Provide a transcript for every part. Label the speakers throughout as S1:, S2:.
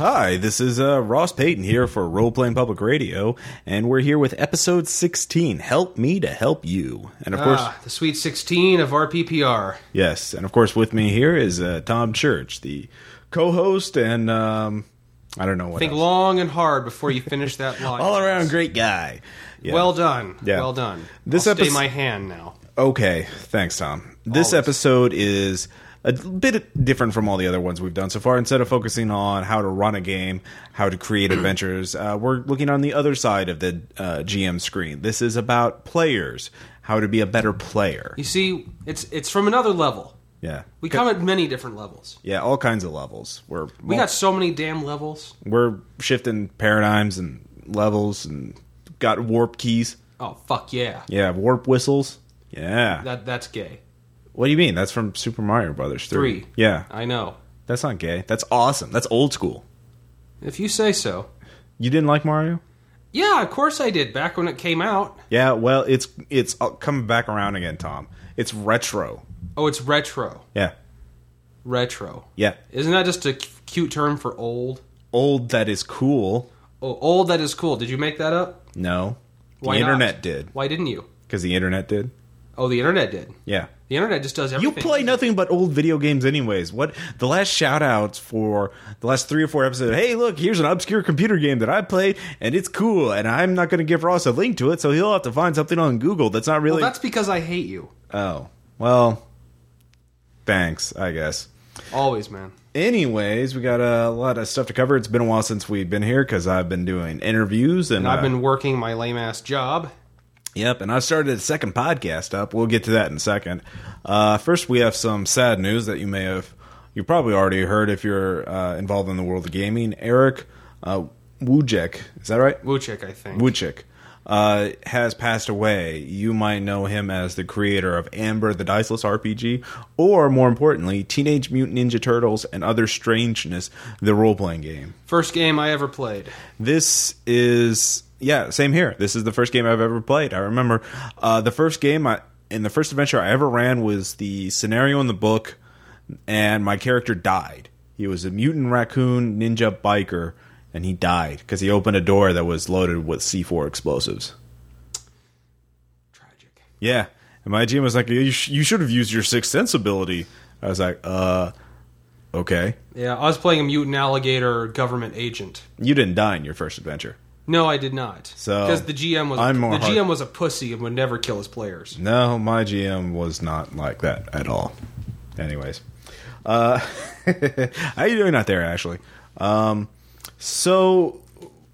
S1: Hi, this is uh, Ross Payton here for Role Playing Public Radio, and we're here with episode 16 Help Me to Help You. And of course,
S2: Ah, the Sweet 16 of RPPR.
S1: yes, and of course, with me here is uh, Tom Church, the co host, and um, I don't know what
S2: Think
S1: else.
S2: long and hard before you finish that line.
S1: all around great guy. Yeah.
S2: Well done.
S1: Yeah.
S2: Well done.
S1: This
S2: I'll stay
S1: epis-
S2: my hand now.
S1: Okay, thanks, Tom. This
S2: Always.
S1: episode is a bit different from all the other ones we've done so far. Instead of focusing on how to run a game, how to
S2: Hmm.
S1: create adventures, uh, we're looking on the other side of the uh, GM screen. This is about players, how to be a better player.
S2: You see, it's it's from another level.
S1: Yeah,
S2: We come at many different levels.
S1: yeah, all kinds of levels. We're
S2: We got so many damn levels.
S1: we're shifting paradigms and levels, and got warp keys.
S2: Oh fuck yeah.
S1: Yeah, warp whistles. Yeah.
S2: That that's gay.
S1: what do you mean? That's from Super Mario Brothers 3.
S2: Three.
S1: Yeah.
S2: I know.
S1: That's not gay. That's awesome. That's old school.
S2: If you say so.
S1: You didn't like Mario?
S2: Yeah, of course I did. Back when it came out.
S1: Yeah, well, it's it's uh, coming back around again, Tom. It's retro.
S2: Oh, it's retro.
S1: Yeah,
S2: Retro.
S1: yeah.
S2: Isn't that just a c- cute term for old?
S1: Old that is cool.
S2: Oh, old that is cool. Did you make that up?
S1: No, the
S2: Why not?
S1: internet did
S2: Why didn't you?
S1: because the internet did.
S2: Oh, the internet did.
S1: Yeah.
S2: The internet just does
S1: You
S2: everything.
S1: play nothing but old video games, anyways. What the last shout outs for the last three or four episodes? Hey, look, here's an obscure computer game that I played, and it's cool. And I'm not going to give Ross a link to it, so he'll have to find something on Google that's not really.
S2: Well, that's because I hate you.
S1: oh, well, thanks, I guess.
S2: Always, man.
S1: Anyways, we got a lot of stuff to cover. It's been a while since we've been here because I've been doing interviews and,
S2: And I've
S1: uh,
S2: been working my lame ass job.
S1: yep, and I started a second podcast up. We'll get to that in a second. Uh, first, we have some sad news that you may have you probably already heard if you're uh, involved in the world of gaming. Eric uh, Wujek, is that right?
S2: Wuchik, I think.
S1: Wujek uh, has passed away. You might know him as the creator of Amber the Diceless RPG, or more importantly, Teenage Mutant Ninja Turtles and Other Strangeness, the role playing game.
S2: First game I ever played.
S1: This is yeah, same here. This is the first game I've ever played. I remember uh, the first game I in the first adventure I ever ran was the scenario in the book, and my character died. He was a mutant raccoon ninja biker, and he died because he opened a door that was loaded with C four explosives.
S2: Tragic.
S1: Yeah, and my GM was like, "You, sh- you should have used your sixth sense ability." I was like, "Uh, okay,
S2: Yeah, I was playing a mutant alligator government agent.
S1: you didn't die in your first adventure."
S2: No, I did not.
S1: So,
S2: because the GM was
S1: I'm
S2: a,
S1: more
S2: the
S1: hard-
S2: GM was a pussy and would never kill his players.
S1: No, my GM was not like that at all. Anyways, uh, how you doing out there, Ashley? Um, so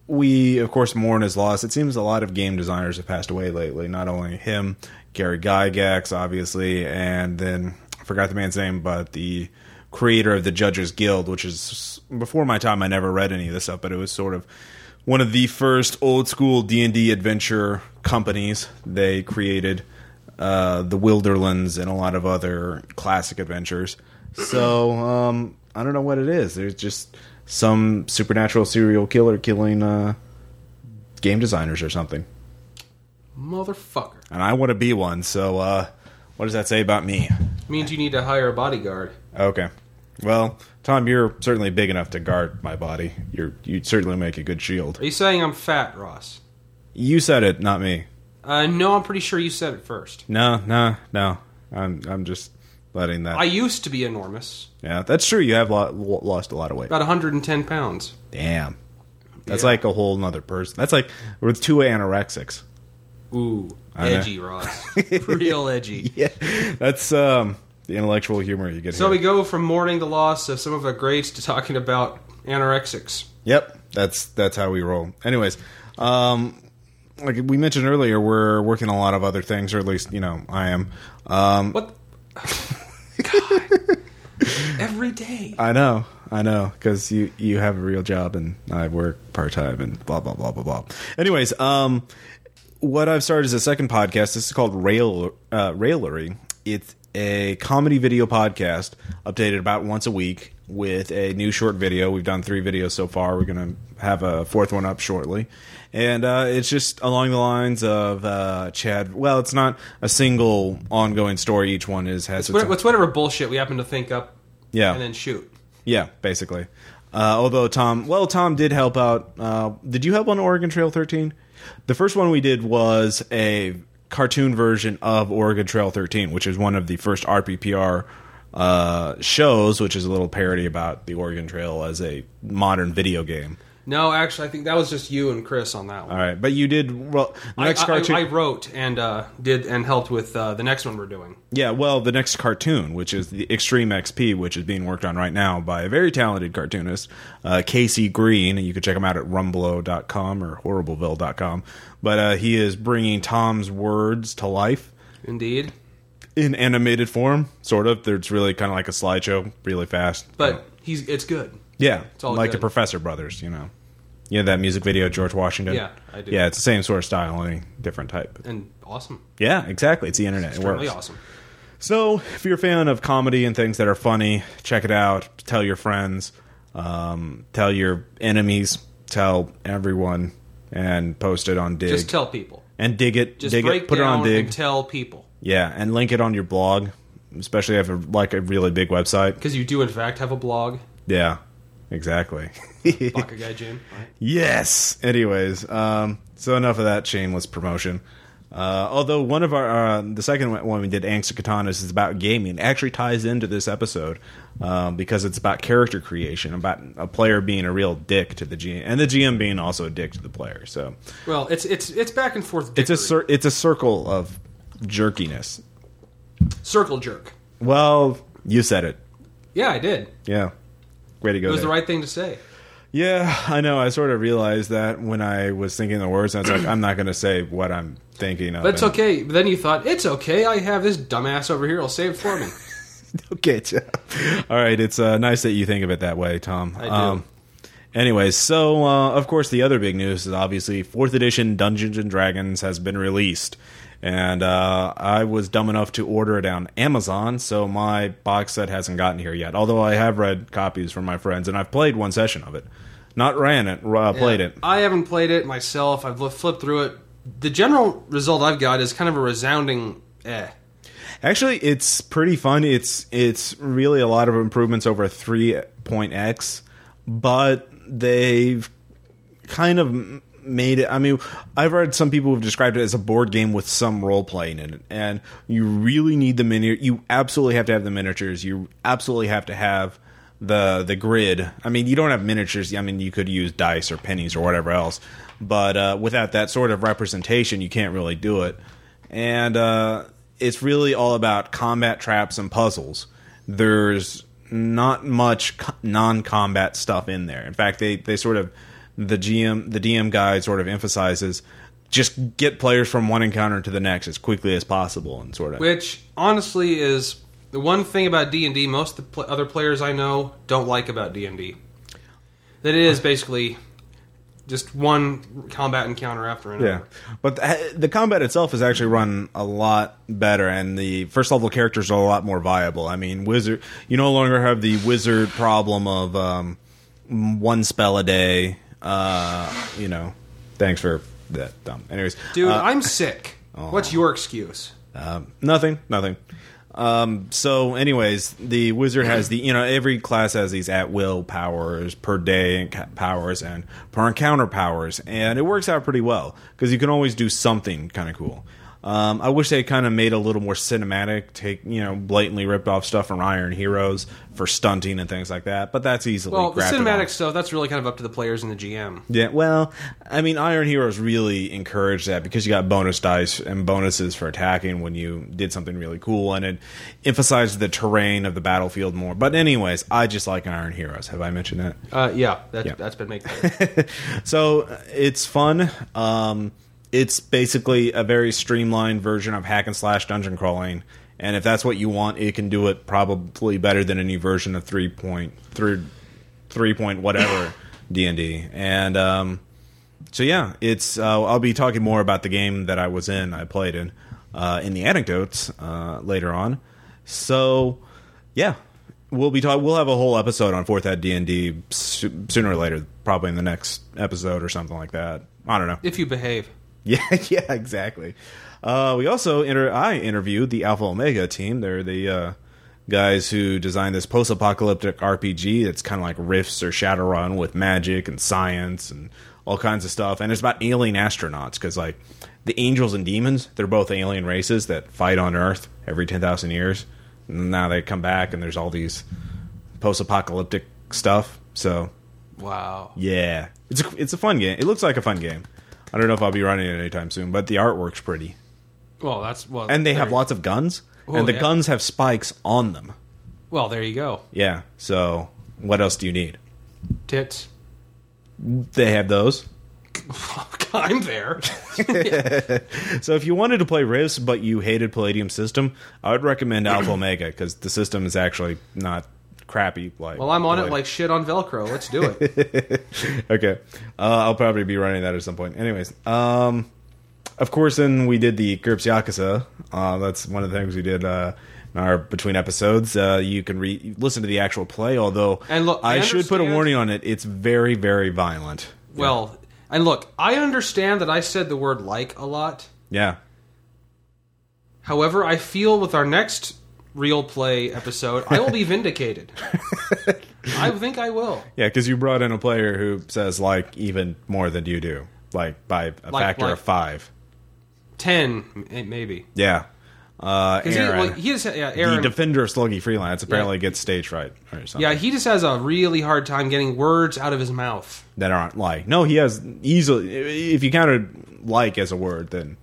S1: we, of course, mourn his loss. It seems a lot of game designers have passed away lately. Not only him, Gary Gygax, obviously, and then I forgot the man's name, but the creator of the Judges Guild, which is before my time. I never read any of this stuff, but it was sort of one of the first old school D and D adventure companies. They created uh, the Wilderlands and a lot of other classic adventures. So um, I don't know what it is. There's just some supernatural serial killer killing uh, game designers or something,
S2: Motherfucker.
S1: and I want to be one. So uh, what does that say about me?
S2: Means you need to hire a bodyguard.
S1: Okay. Well, Tom, you're certainly big enough to guard my body. You're you certainly make a good shield.
S2: Are you saying I'm fat, Ross?
S1: You said it, not me.
S2: Uh, no, I'm pretty sure you said it first.
S1: No, no, no. I'm I'm just letting that.
S2: I used to be enormous,
S1: yeah, that's true. You have lo- lo- lost a lot of weight.
S2: about 110 pounds.
S1: Damn. That's
S2: Yeah.
S1: like a whole nother person. That's like with two anorexics.
S2: Ooh,
S1: know.
S2: edgy, Ross. Real edgy.
S1: Yeah. That's um the intellectual humor you get
S2: So
S1: here.
S2: we go from mourning the loss of some of our greats to talking about anorexics.
S1: yep. That's that's how we roll. Anyways, um like we mentioned earlier, we're working on a lot of other things, or at least, you know, I am. Um
S2: What? God. Every day.
S1: I know, I know, because you you have a real job and I work part time and blah blah blah blah blah. Anyways, um, what I've started is a second podcast. This is called Rail uh, Railery. It's a comedy video podcast updated about once a week with a new short video. We've done three videos so far. We're gonna have a fourth one up shortly, and uh, it's just along the lines of uh, Chad. Well, it's not a single ongoing story. Each one is has its,
S2: What,
S1: own-
S2: what's whatever bullshit we happen to think up
S1: yeah
S2: and then shoot.
S1: yeah, basically. Uh, although Tom, well, Tom did help out. Uh, did you help on Oregon Trail 13? The first one we did was a cartoon version of Oregon Trail 13, which is one of the first RPPR uh, shows, which is a little parody about the Oregon Trail as a modern video game.
S2: No, actually, I think that was just you and Chris on that
S1: All
S2: one.
S1: right, but you did well. The next
S2: I, I-
S1: cartoon,
S2: I wrote and uh, did and helped with uh, the next one we're doing.
S1: yeah, well, the next cartoon, which is the Extreme XP, which is being worked on right now by a very talented cartoonist, uh, Casey Green, and you can check him out at rumblo.com or horribleville.com. But uh, he is bringing Tom's words to life
S2: Indeed.
S1: in animated form, sort of. It's really kind of like a slideshow, really fast. Uh,
S2: But he's it's good.
S1: Yeah,
S2: all
S1: like
S2: good.
S1: the Professor Brothers, you know. You know that music video, George Washington?
S2: Yeah, I do.
S1: Yeah, it's the same sort of style, only different type.
S2: And awesome.
S1: Yeah, exactly. It's the internet. it works.
S2: Really awesome.
S1: So, if you're a fan of comedy and things that are funny, check it out. Tell your friends, um, tell your enemies, tell everyone, and post it on Dig.
S2: Just tell people.
S1: and dig it,
S2: Just
S1: dig
S2: break
S1: it, put it
S2: down
S1: on Dig.
S2: and tell people.
S1: yeah, and link it on your blog, especially if you have a, like a really big website.
S2: Because you do, in fact, have a blog,
S1: Yeah, exactly.
S2: Baka Guy Jim. Right?
S1: Yes. Anyways, um, so enough of that shameless promotion. Uh, although one of our uh, the second one we did, Angst of Katanas, is about gaming. It actually ties into this episode um, because it's about character creation, about a player being a real dick to the GM, and the GM being also a dick to the player. So
S2: Well, it's it's it's back and forth.
S1: it's a
S2: dickery.
S1: cir- it's a circle of jerkiness.
S2: circle jerk.
S1: Well, you said it.
S2: Yeah, I did.
S1: Yeah, way to go.
S2: It was the
S1: there.
S2: right thing to say.
S1: Yeah, I know. I sort of realized that when I was thinking the words, I was like, I'm not going to say what I'm thinking of.
S2: But it's
S1: and-
S2: okay. But then you thought, it's okay. I have this dumbass over here. I'll say it for me.
S1: Okay, Jeff. All right, it's uh, nice that you think of it that way, Tom. I
S2: do.
S1: anyways, so uh, of course the other big news is obviously fourth edition Dungeons and Dragons has been released, and uh, I was dumb enough to order it on Amazon, so my box set hasn't gotten here yet. Although I have read copies from my friends, and I've played one session of it, not ran it, uh, played it.
S2: I haven't played it myself. I've li- flipped through it. The general result I've got is kind of a resounding eh.
S1: Actually, it's pretty fun. It's it's really a lot of improvements over 3.x, but they've kind of m- made it. I mean, I've read some people who've described it as a board game with some role playing in it, and you really need the mini. You absolutely have to have the miniatures. You absolutely have to have the the grid. I mean, you don't have miniatures. I mean, you could use dice or pennies or whatever else, but uh, without that sort of representation, you can't really do it. And uh, it's really all about combat traps and puzzles there's not much co- non-combat stuff in there. In fact, they they sort of the GM the DM guide sort of emphasizes just get players from one encounter to the next as quickly as possible and sort of
S2: which honestly is the one thing about d&d most of the pl- other players i know don't like about d&d that it is basically just one combat encounter after another
S1: yeah. But the, the combat itself is actually run a lot better, and the first level characters are a lot more viable. I mean, wizard you no longer have the wizard problem of um, one spell a day. Uh, you know, thanks for that. Dumb. Anyways,
S2: dude
S1: uh,
S2: i'm sick what's your excuse
S1: Um, nothing, nothing. Um, so, anyways, the wizard has the you know every class has these at will powers per day and ca- powers and per encounter powers, and it works out pretty well because you can always do something kind of cool. Um, I wish they kind of made a little more cinematic. Take you know blatantly ripped off stuff from Iron Heroes for stunting and things like that, but that's easily
S2: well Oh, the
S1: grafted on.
S2: cinematic stuff that's really kind of up to the players and the gm
S1: Yeah, well, I mean, Iron Heroes really encouraged that because you got bonus dice and bonuses for attacking when you did something really cool, and it emphasized the terrain of the battlefield more. But, anyways, I just like Iron Heroes. Have I mentioned that?
S2: uh, yeah, that, that's been making
S1: so uh, it's fun. Um, it's basically a very streamlined version of hack and slash dungeon crawling, and if that's what you want, it can do it probably better than any version of three point three, three point whatever D and D. And um, so yeah, it's uh, I'll be talking more about the game that I was in, I played in, uh, in the anecdotes uh, later on. So yeah, we'll be talking. We'll have a whole episode on fourth ed D and D sooner or later, probably in the next episode or something like that. I don't know.
S2: if you behave
S1: Yeah, yeah, exactly. Uh, we also inter- I interviewed the Alpha Omega team. They're the uh, guys who designed this post-apocalyptic RPG that's kind of like Rifts or Shadowrun with magic and science and all kinds of stuff. And it's about alien astronauts because like the angels and demons, they're both alien races that fight on Earth every ten thousand years. And now they come back and there's all these post-apocalyptic stuff. So
S2: Wow.
S1: yeah, it's a, it's a fun game. It looks like a fun game. I don't know if I'll be running it anytime soon, but the artwork's pretty,
S2: Well, that's well.
S1: and they
S2: there-
S1: have lots of guns,
S2: Oh,
S1: and the
S2: yeah.
S1: guns have spikes on them.
S2: Well, there you go.
S1: Yeah. So what else do you need?
S2: Tits.
S1: They have those.
S2: I'm there.
S1: So if you wanted to play Rifts but you hated Palladium System, I would recommend Alpha Omega because the system is actually not crappy. Like
S2: Well, I'm on it like shit on Velcro. Let's do it.
S1: okay. Uh, I'll probably be running that at some point. Anyways, um, of course, then we did the GURPS Yakuza. Uh, that's one of the things we did uh, in our between episodes. Uh, you can re- listen to the actual play, although
S2: And look,
S1: I,
S2: I
S1: should put a
S2: understand-
S1: warning on it. It's very, very violent.
S2: Well, and look, I understand that I said the word like a lot.
S1: Yeah.
S2: However, I feel with our next real play episode, I will be vindicated. I think I will.
S1: Yeah, because you brought in a player who says, like, even more than you do, like, by a
S2: Like-
S1: factor
S2: like-
S1: of five.
S2: Ten, m- maybe.
S1: Yeah. Uh,
S2: Because he, well,
S1: Aaron,
S2: he just, yeah,
S1: the
S2: Aaron,
S1: defender of Sluggy Freelance apparently gets stage fright or something.
S2: yeah, he just has a really hard time getting words out of his mouth.
S1: that aren't like. No, he has easily. If you counted like as a word, then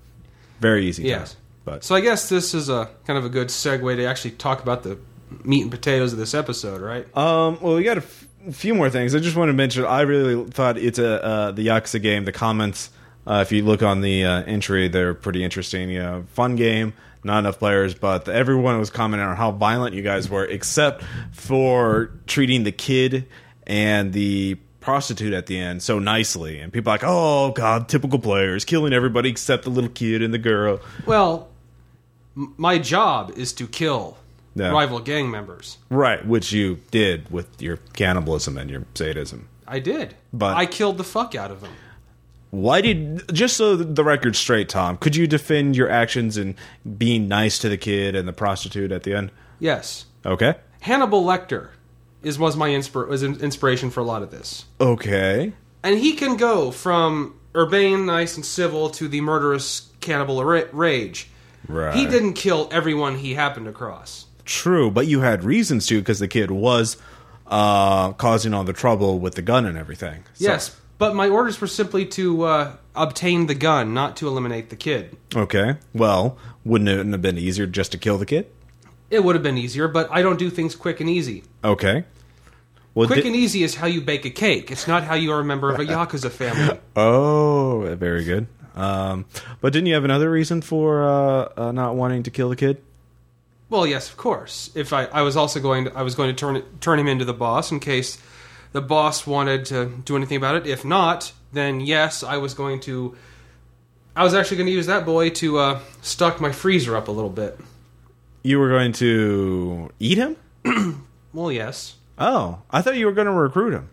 S1: very easy.
S2: Yeah.
S1: Yes, but
S2: So I guess this is a kind of a good segue to actually talk about the meat and potatoes of this episode, right?
S1: um, well, we got a f- few more things. I just want to mention. I really thought it's a uh, the Yakuza game. The comments, uh, if you look on the uh, entry, they're pretty interesting. You know, fun game. Not enough players, but everyone was commenting on how violent you guys were, except for treating the kid and the prostitute at the end so nicely. And people are like, oh god, typical players, killing everybody except the little kid and the girl.
S2: Well, m- my job is to kill
S1: Yeah.
S2: rival gang members.
S1: Right, which you did with your cannibalism and your sadism.
S2: I did.
S1: But-
S2: I killed the fuck out of them.
S1: Why did just so the record's straight, Tom? Could you defend your actions in being nice to the kid and the prostitute at the end?
S2: Yes.
S1: Okay,
S2: Hannibal Lecter is was my inspir- was an inspiration for a lot of this.
S1: okay,
S2: And he can go from urbane, nice and civil to the murderous cannibal ra- rage.
S1: right.
S2: He didn't kill everyone he happened across.
S1: true, but you had reasons to because the kid was uh, causing all the trouble with the gun and everything. So-
S2: Yes, but my orders were simply to uh, obtain the gun, not to eliminate the kid.
S1: Okay. Well, wouldn't it have been easier just to kill the kid?
S2: It would have been easier, but I don't do things quick and easy.
S1: Okay. Well,
S2: Quick
S1: di-
S2: and easy is how you bake a cake. It's not how you are a member of a yakuza family.
S1: Oh, very good. Um, but didn't you have another reason for uh, uh, not wanting to kill the kid?
S2: Well, yes, of course. If I, I was also going to, I was going to turn turn him into the boss in case the boss wanted to do anything about it. If not, then yes, I was going to. I was actually going to use that boy to uh, stock my freezer up a little bit.
S1: You were going to eat him?
S2: Well, yes.
S1: Oh, I thought you were going to recruit him.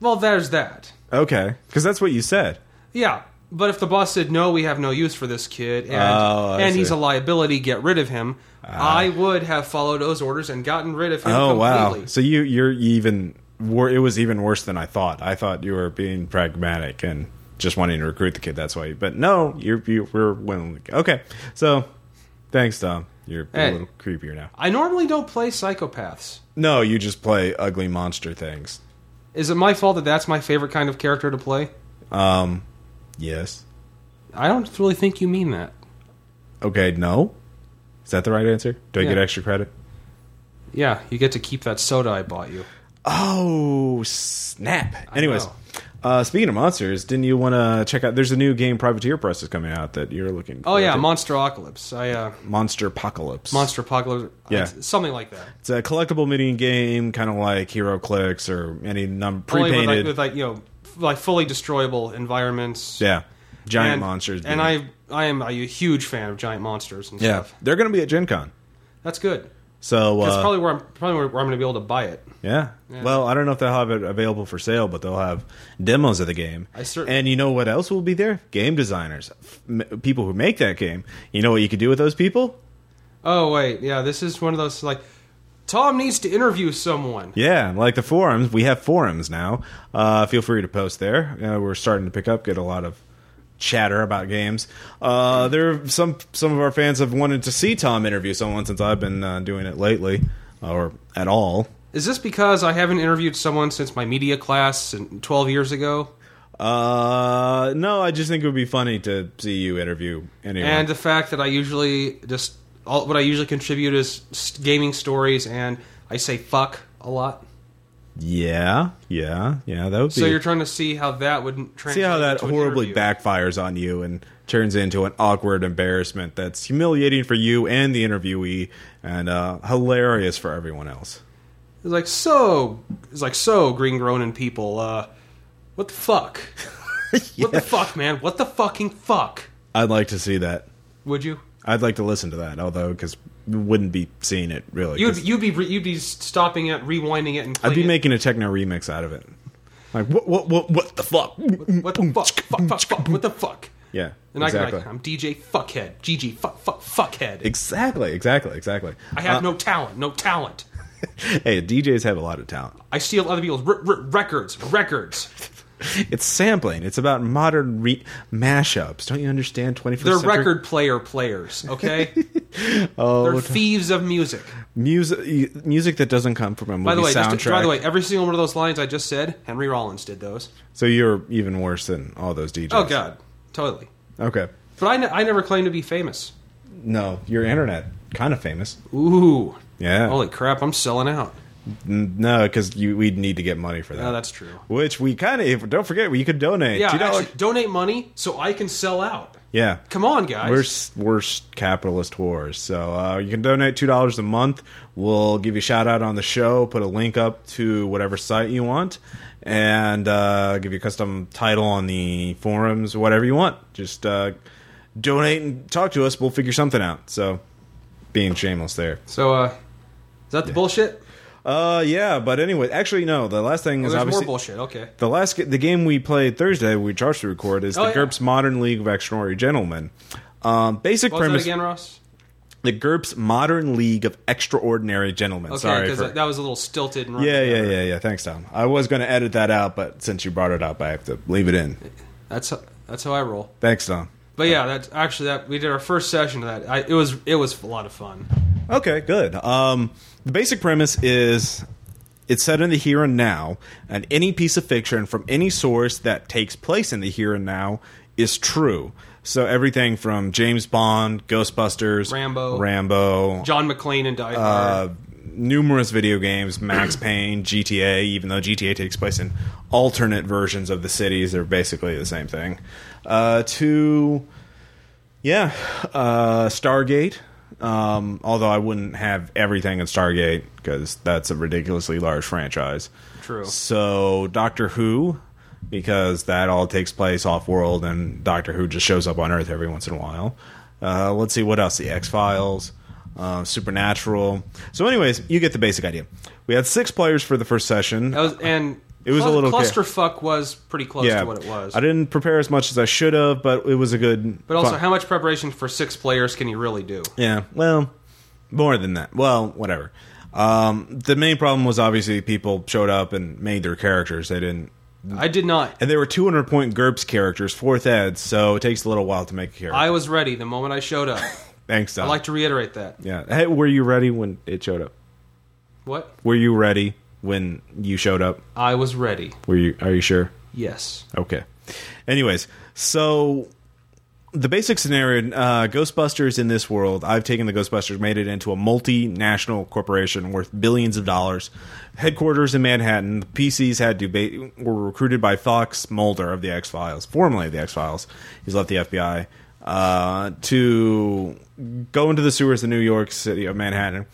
S2: Well, there's that.
S1: Okay, because that's what you said.
S2: Yeah, but if the boss said no, we have no use for this kid, and
S1: Oh, I
S2: and he's
S1: see. Ah.
S2: a liability, get rid of him. I would have followed those orders and gotten rid of him.
S1: Oh
S2: completely.
S1: wow! So you you're even wor- it was even worse than I thought. I thought you were being pragmatic and just wanting to recruit the kid. That's why. You, but no, you're you we're willing. Okay, so thanks, Tom. You're
S2: Hey.
S1: a little creepier now.
S2: I normally don't play psychopaths.
S1: No, you just play ugly monster things.
S2: Is it my fault that that's my favorite kind of character to play?
S1: Um, yes.
S2: I don't really think you mean that.
S1: Okay, no. Is that the right answer? Do I
S2: Yeah.
S1: get extra credit?
S2: Yeah, you get to keep that soda I bought you.
S1: Oh, snap. Anyways,
S2: know.
S1: uh, speaking of monsters, didn't you want to check out? There's a new game, Privateer Press, is coming out that you're looking
S2: Oh yeah,
S1: Monster
S2: Monsterocalypse. I uh,
S1: Monster Apocalypse.
S2: Monster Apocalypse. uh,
S1: Yeah.
S2: something like that.
S1: It's a collectible mini game, kind of like Hero Clicks or any num pre
S2: Only with like,
S1: painted.
S2: with uh, like you know, f- like fully destroyable environments.
S1: yeah. Giant
S2: and,
S1: monsters.
S2: And
S1: being-
S2: I, I am a huge fan of giant monsters and
S1: Yeah.
S2: stuff.
S1: They're going to be at Gen Con.
S2: That's good.
S1: So,
S2: That's
S1: uh,
S2: probably where I'm probably where I'm going to be able to buy it.
S1: Yeah. Well, I don't know if they'll have it available for sale, but they'll have demos of the game.
S2: I cer-
S1: and you know what else will be there? Game designers, F- m- people who make that game. You know what you could do with those people?
S2: Oh wait, yeah, this is one of those like Tom needs to interview someone.
S1: Yeah, like the forums, we have forums now. Uh, feel free to post there. Uh, we're starting to pick up, get a lot of chatter about games. Uh, there, are some some of our fans have wanted to see Tom interview someone since I've been uh, doing it lately, uh, or at all.
S2: Is this because I haven't interviewed someone since my media class in 12 years ago?
S1: Uh, no, I just think it would be funny to see you interview anyone.
S2: And the fact that I usually just all, what I usually contribute is s- gaming stories, and I say fuck a lot.
S1: yeah, yeah, yeah. That would be.
S2: So you're trying to see how that would translate.
S1: see how that
S2: into an
S1: horribly
S2: interview.
S1: backfires on you and turns into an awkward embarrassment that's humiliating for you and the interviewee and uh, hilarious for everyone else.
S2: It's like so. It's like so. Green groaning people. Uh, what the fuck? What the fuck, man? What the fucking fuck?
S1: I'd like to see that.
S2: Would you?
S1: I'd like to listen to that, although because we wouldn't be seeing it really.
S2: You'd
S1: 'cause
S2: you'd be re- you'd be stopping it, rewinding it, and
S1: I'd be
S2: playing
S1: making a techno remix out of it. Like what what what what the fuck?
S2: it. what the fuck? fuck, fuck, fuck. What the fuck?
S1: Yeah,
S2: And
S1: exactly,
S2: I can, I'm DJ fuckhead, GG fuck fuck fuckhead.
S1: exactly, exactly, exactly. Uh,
S2: I have no talent, no talent.
S1: Hey, DJs have a lot of talent.
S2: I steal other people's r- r- records, records.
S1: It's sampling. It's about modern re- mashups. Don't you understand? Twenty first.
S2: They're record player players, okay?
S1: Oh,
S2: They're thieves of music.
S1: music. Music that doesn't come from a movie
S2: By the way,
S1: soundtrack.
S2: just to- by the way, every single one of those lines I just said, Henry Rollins did those.
S1: so you're even worse than all those DJs.
S2: Oh god, totally.
S1: Okay.
S2: But I, ne- I never claimed to be famous.
S1: No, you're internet kind of famous.
S2: Ooh,
S1: Yeah.
S2: holy crap! I'm selling out.
S1: N- No, because we'd need to get money for that.
S2: No, that's true.
S1: Which we kind of don't forget. You could donate.
S2: Yeah,
S1: $2.
S2: actually, donate money so I can sell out.
S1: yeah.
S2: Come on, guys.
S1: We're s- we're s- capitalist whores. So uh, you can donate two dollars a month. We'll give you a shout out on the show. Put a link up to whatever site you want, and uh, give you a custom title on the forums, whatever you want. Just uh, donate and talk to us. We'll figure something out. So being shameless there.
S2: so, uh, is that the bullshit?
S1: Uh, yeah. But anyway, actually, no. The last thing
S2: Well,
S1: is
S2: Oh, there's
S1: obviously
S2: more bullshit. Okay.
S1: The last ga- the game we played Thursday, we charged to record, is
S2: Oh,
S1: the
S2: yeah.
S1: GURPS Modern League of Extraordinary Gentlemen. Um, basic
S2: What was
S1: premise:
S2: that again, Ross?
S1: the GURPS Modern League of Extraordinary Gentlemen.
S2: Okay,
S1: Sorry,
S2: because
S1: for,
S2: that was a little stilted. And
S1: yeah, yeah, yeah, yeah. Thanks, Tom. I was going to edit that out, but since you brought it up, I have to leave it in.
S2: That's how, that's how I roll.
S1: Thanks, Tom.
S2: But yeah, that's actually that we did our first session of that. I, it was it was a lot of fun.
S1: Okay, good. Um, the basic premise is it's set in the here and now, and any piece of fiction from any source that takes place in the here and now is true. So everything from James Bond, Ghostbusters,
S2: Rambo.
S1: Rambo,
S2: John McClane and Die Hard.
S1: uh, numerous video games, Max Payne, GTA, even though GTA takes place in alternate versions of the cities, they're basically the same thing. Uh, to, yeah, uh, Stargate. Um, although I wouldn't have everything in Stargate because that's a ridiculously large franchise.
S2: True.
S1: So Doctor Who, because that all takes place off world, and Doctor Who just shows up on Earth every once in a while. Uh, let's see what else: the X Files, uh, Supernatural. So, anyways, you get the basic idea. We had six players for the first session.
S2: That was and
S1: It was a
S2: clus-
S1: little ca-
S2: clusterfuck was pretty close to what it was.
S1: I didn't prepare as much as I should have, but it was a good.
S2: But also,
S1: fun-
S2: how much preparation for six players can you really do?
S1: Yeah, well, more than that. Well, whatever. Um, the main problem was obviously people showed up and made their characters. They didn't
S2: I did not.
S1: And there were 200 point GURPS characters, fourth ed, so it takes a little while to make a character.
S2: I was ready the moment I showed up.
S1: Thanks, Don.
S2: I'd like to reiterate that.
S1: yeah. Hey, were you ready when it showed up?
S2: What?
S1: Were you ready when you showed up?
S2: I was ready.
S1: Were you? Are you sure?
S2: Yes.
S1: Okay. Anyways, so the basic scenario: uh, Ghostbusters in this world. I've taken the Ghostbusters, made it into a multinational corporation worth billions of dollars. Headquarters in Manhattan. The PCs had to ba- were recruited by Fox Mulder of the X Files, formerly of the X Files. He's left the FBI uh, to go into the sewers of New York City of Manhattan.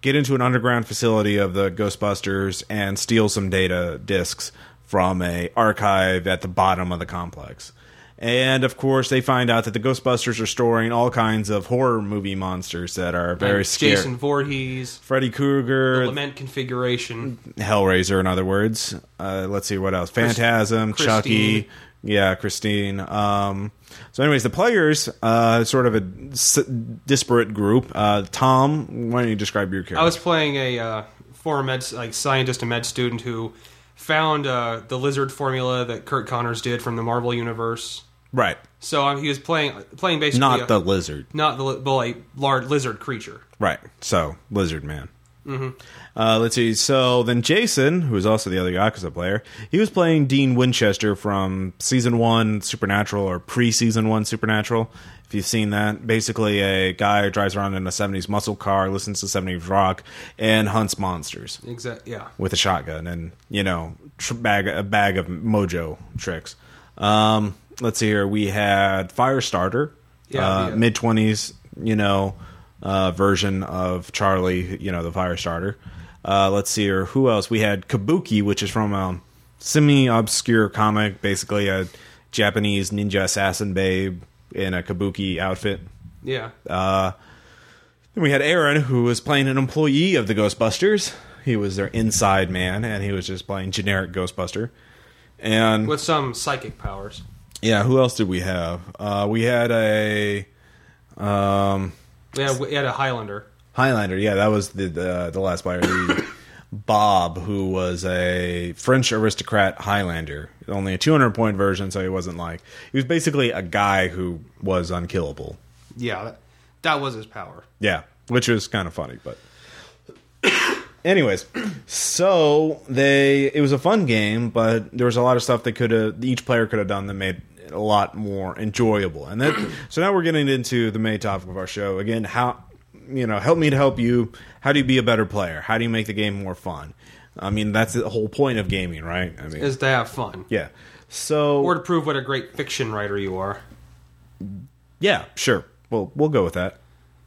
S1: Get into an underground facility of the Ghostbusters and steal some data disks from a archive at the bottom of the complex And of course, they find out that the Ghostbusters are storing all kinds of horror movie monsters that are very scary.
S2: Jason Voorhees,
S1: Freddy Krueger,
S2: Lament Configuration,
S1: Hellraiser, in other words. Uh, let's see what else. Phantasm,
S2: Christine.
S1: Chucky. Yeah, Christine. Um, so, anyways, the players, uh, sort of a s- disparate group. Uh, Tom, why don't you describe your character?
S2: I was playing a uh, former med like scientist and med student who found uh, the lizard formula that Kurt Connors did from the Marvel universe.
S1: right,
S2: So um, he was playing playing basically
S1: not
S2: a-
S1: the lizard.
S2: not the li- but like large lizard creature.
S1: Right. So lizard man. Mm-hmm. Uh, let's see. So then Jason, who is also the other Yakuza player, he was playing Dean Winchester from season one Supernatural or pre-season one Supernatural. If you've seen that, basically a guy who drives around in a '70s muscle car, listens to '70s rock, and hunts monsters
S2: Exactly. Yeah.
S1: with a shotgun and you know tr- bag a bag of mojo tricks. Um, let's see here. We had Firestarter,
S2: Yeah,
S1: uh,
S2: yeah.
S1: mid twenties, you know, uh, version of Charlie, you know, the Firestarter. Uh, let's see here. Who else? We had Kabuki, which is from a semi obscure comic, basically a Japanese ninja assassin babe in a kabuki outfit.
S2: Yeah.
S1: Uh. Then we had Aaron, who was playing an employee of the Ghostbusters. He was their inside man, and he was just playing generic Ghostbuster. And
S2: with some psychic powers.
S1: yeah, who else did we have? Uh, we had a um,
S2: Yeah, we had a Highlander.
S1: Highlander. Yeah, that was the the, the last player. The Bob, who was a French aristocrat Highlander, only a 200 point version, so he wasn't like he was basically a guy who was unkillable.
S2: Yeah, that, that was his power.
S1: Yeah, which was kind of funny, but anyways, so they it was a fun game, but there was a lot of stuff they could have each player could have done that made it a lot more enjoyable. And that so now we're getting into the main topic of our show again. How you know help me to help you? How do you be a better player? How do you make the game more fun? I mean, that's the whole point of gaming, right? I mean,
S2: Is to have fun
S1: yeah. So
S2: or to prove what a great fiction writer you are.
S1: yeah, sure. Well, we'll go with that.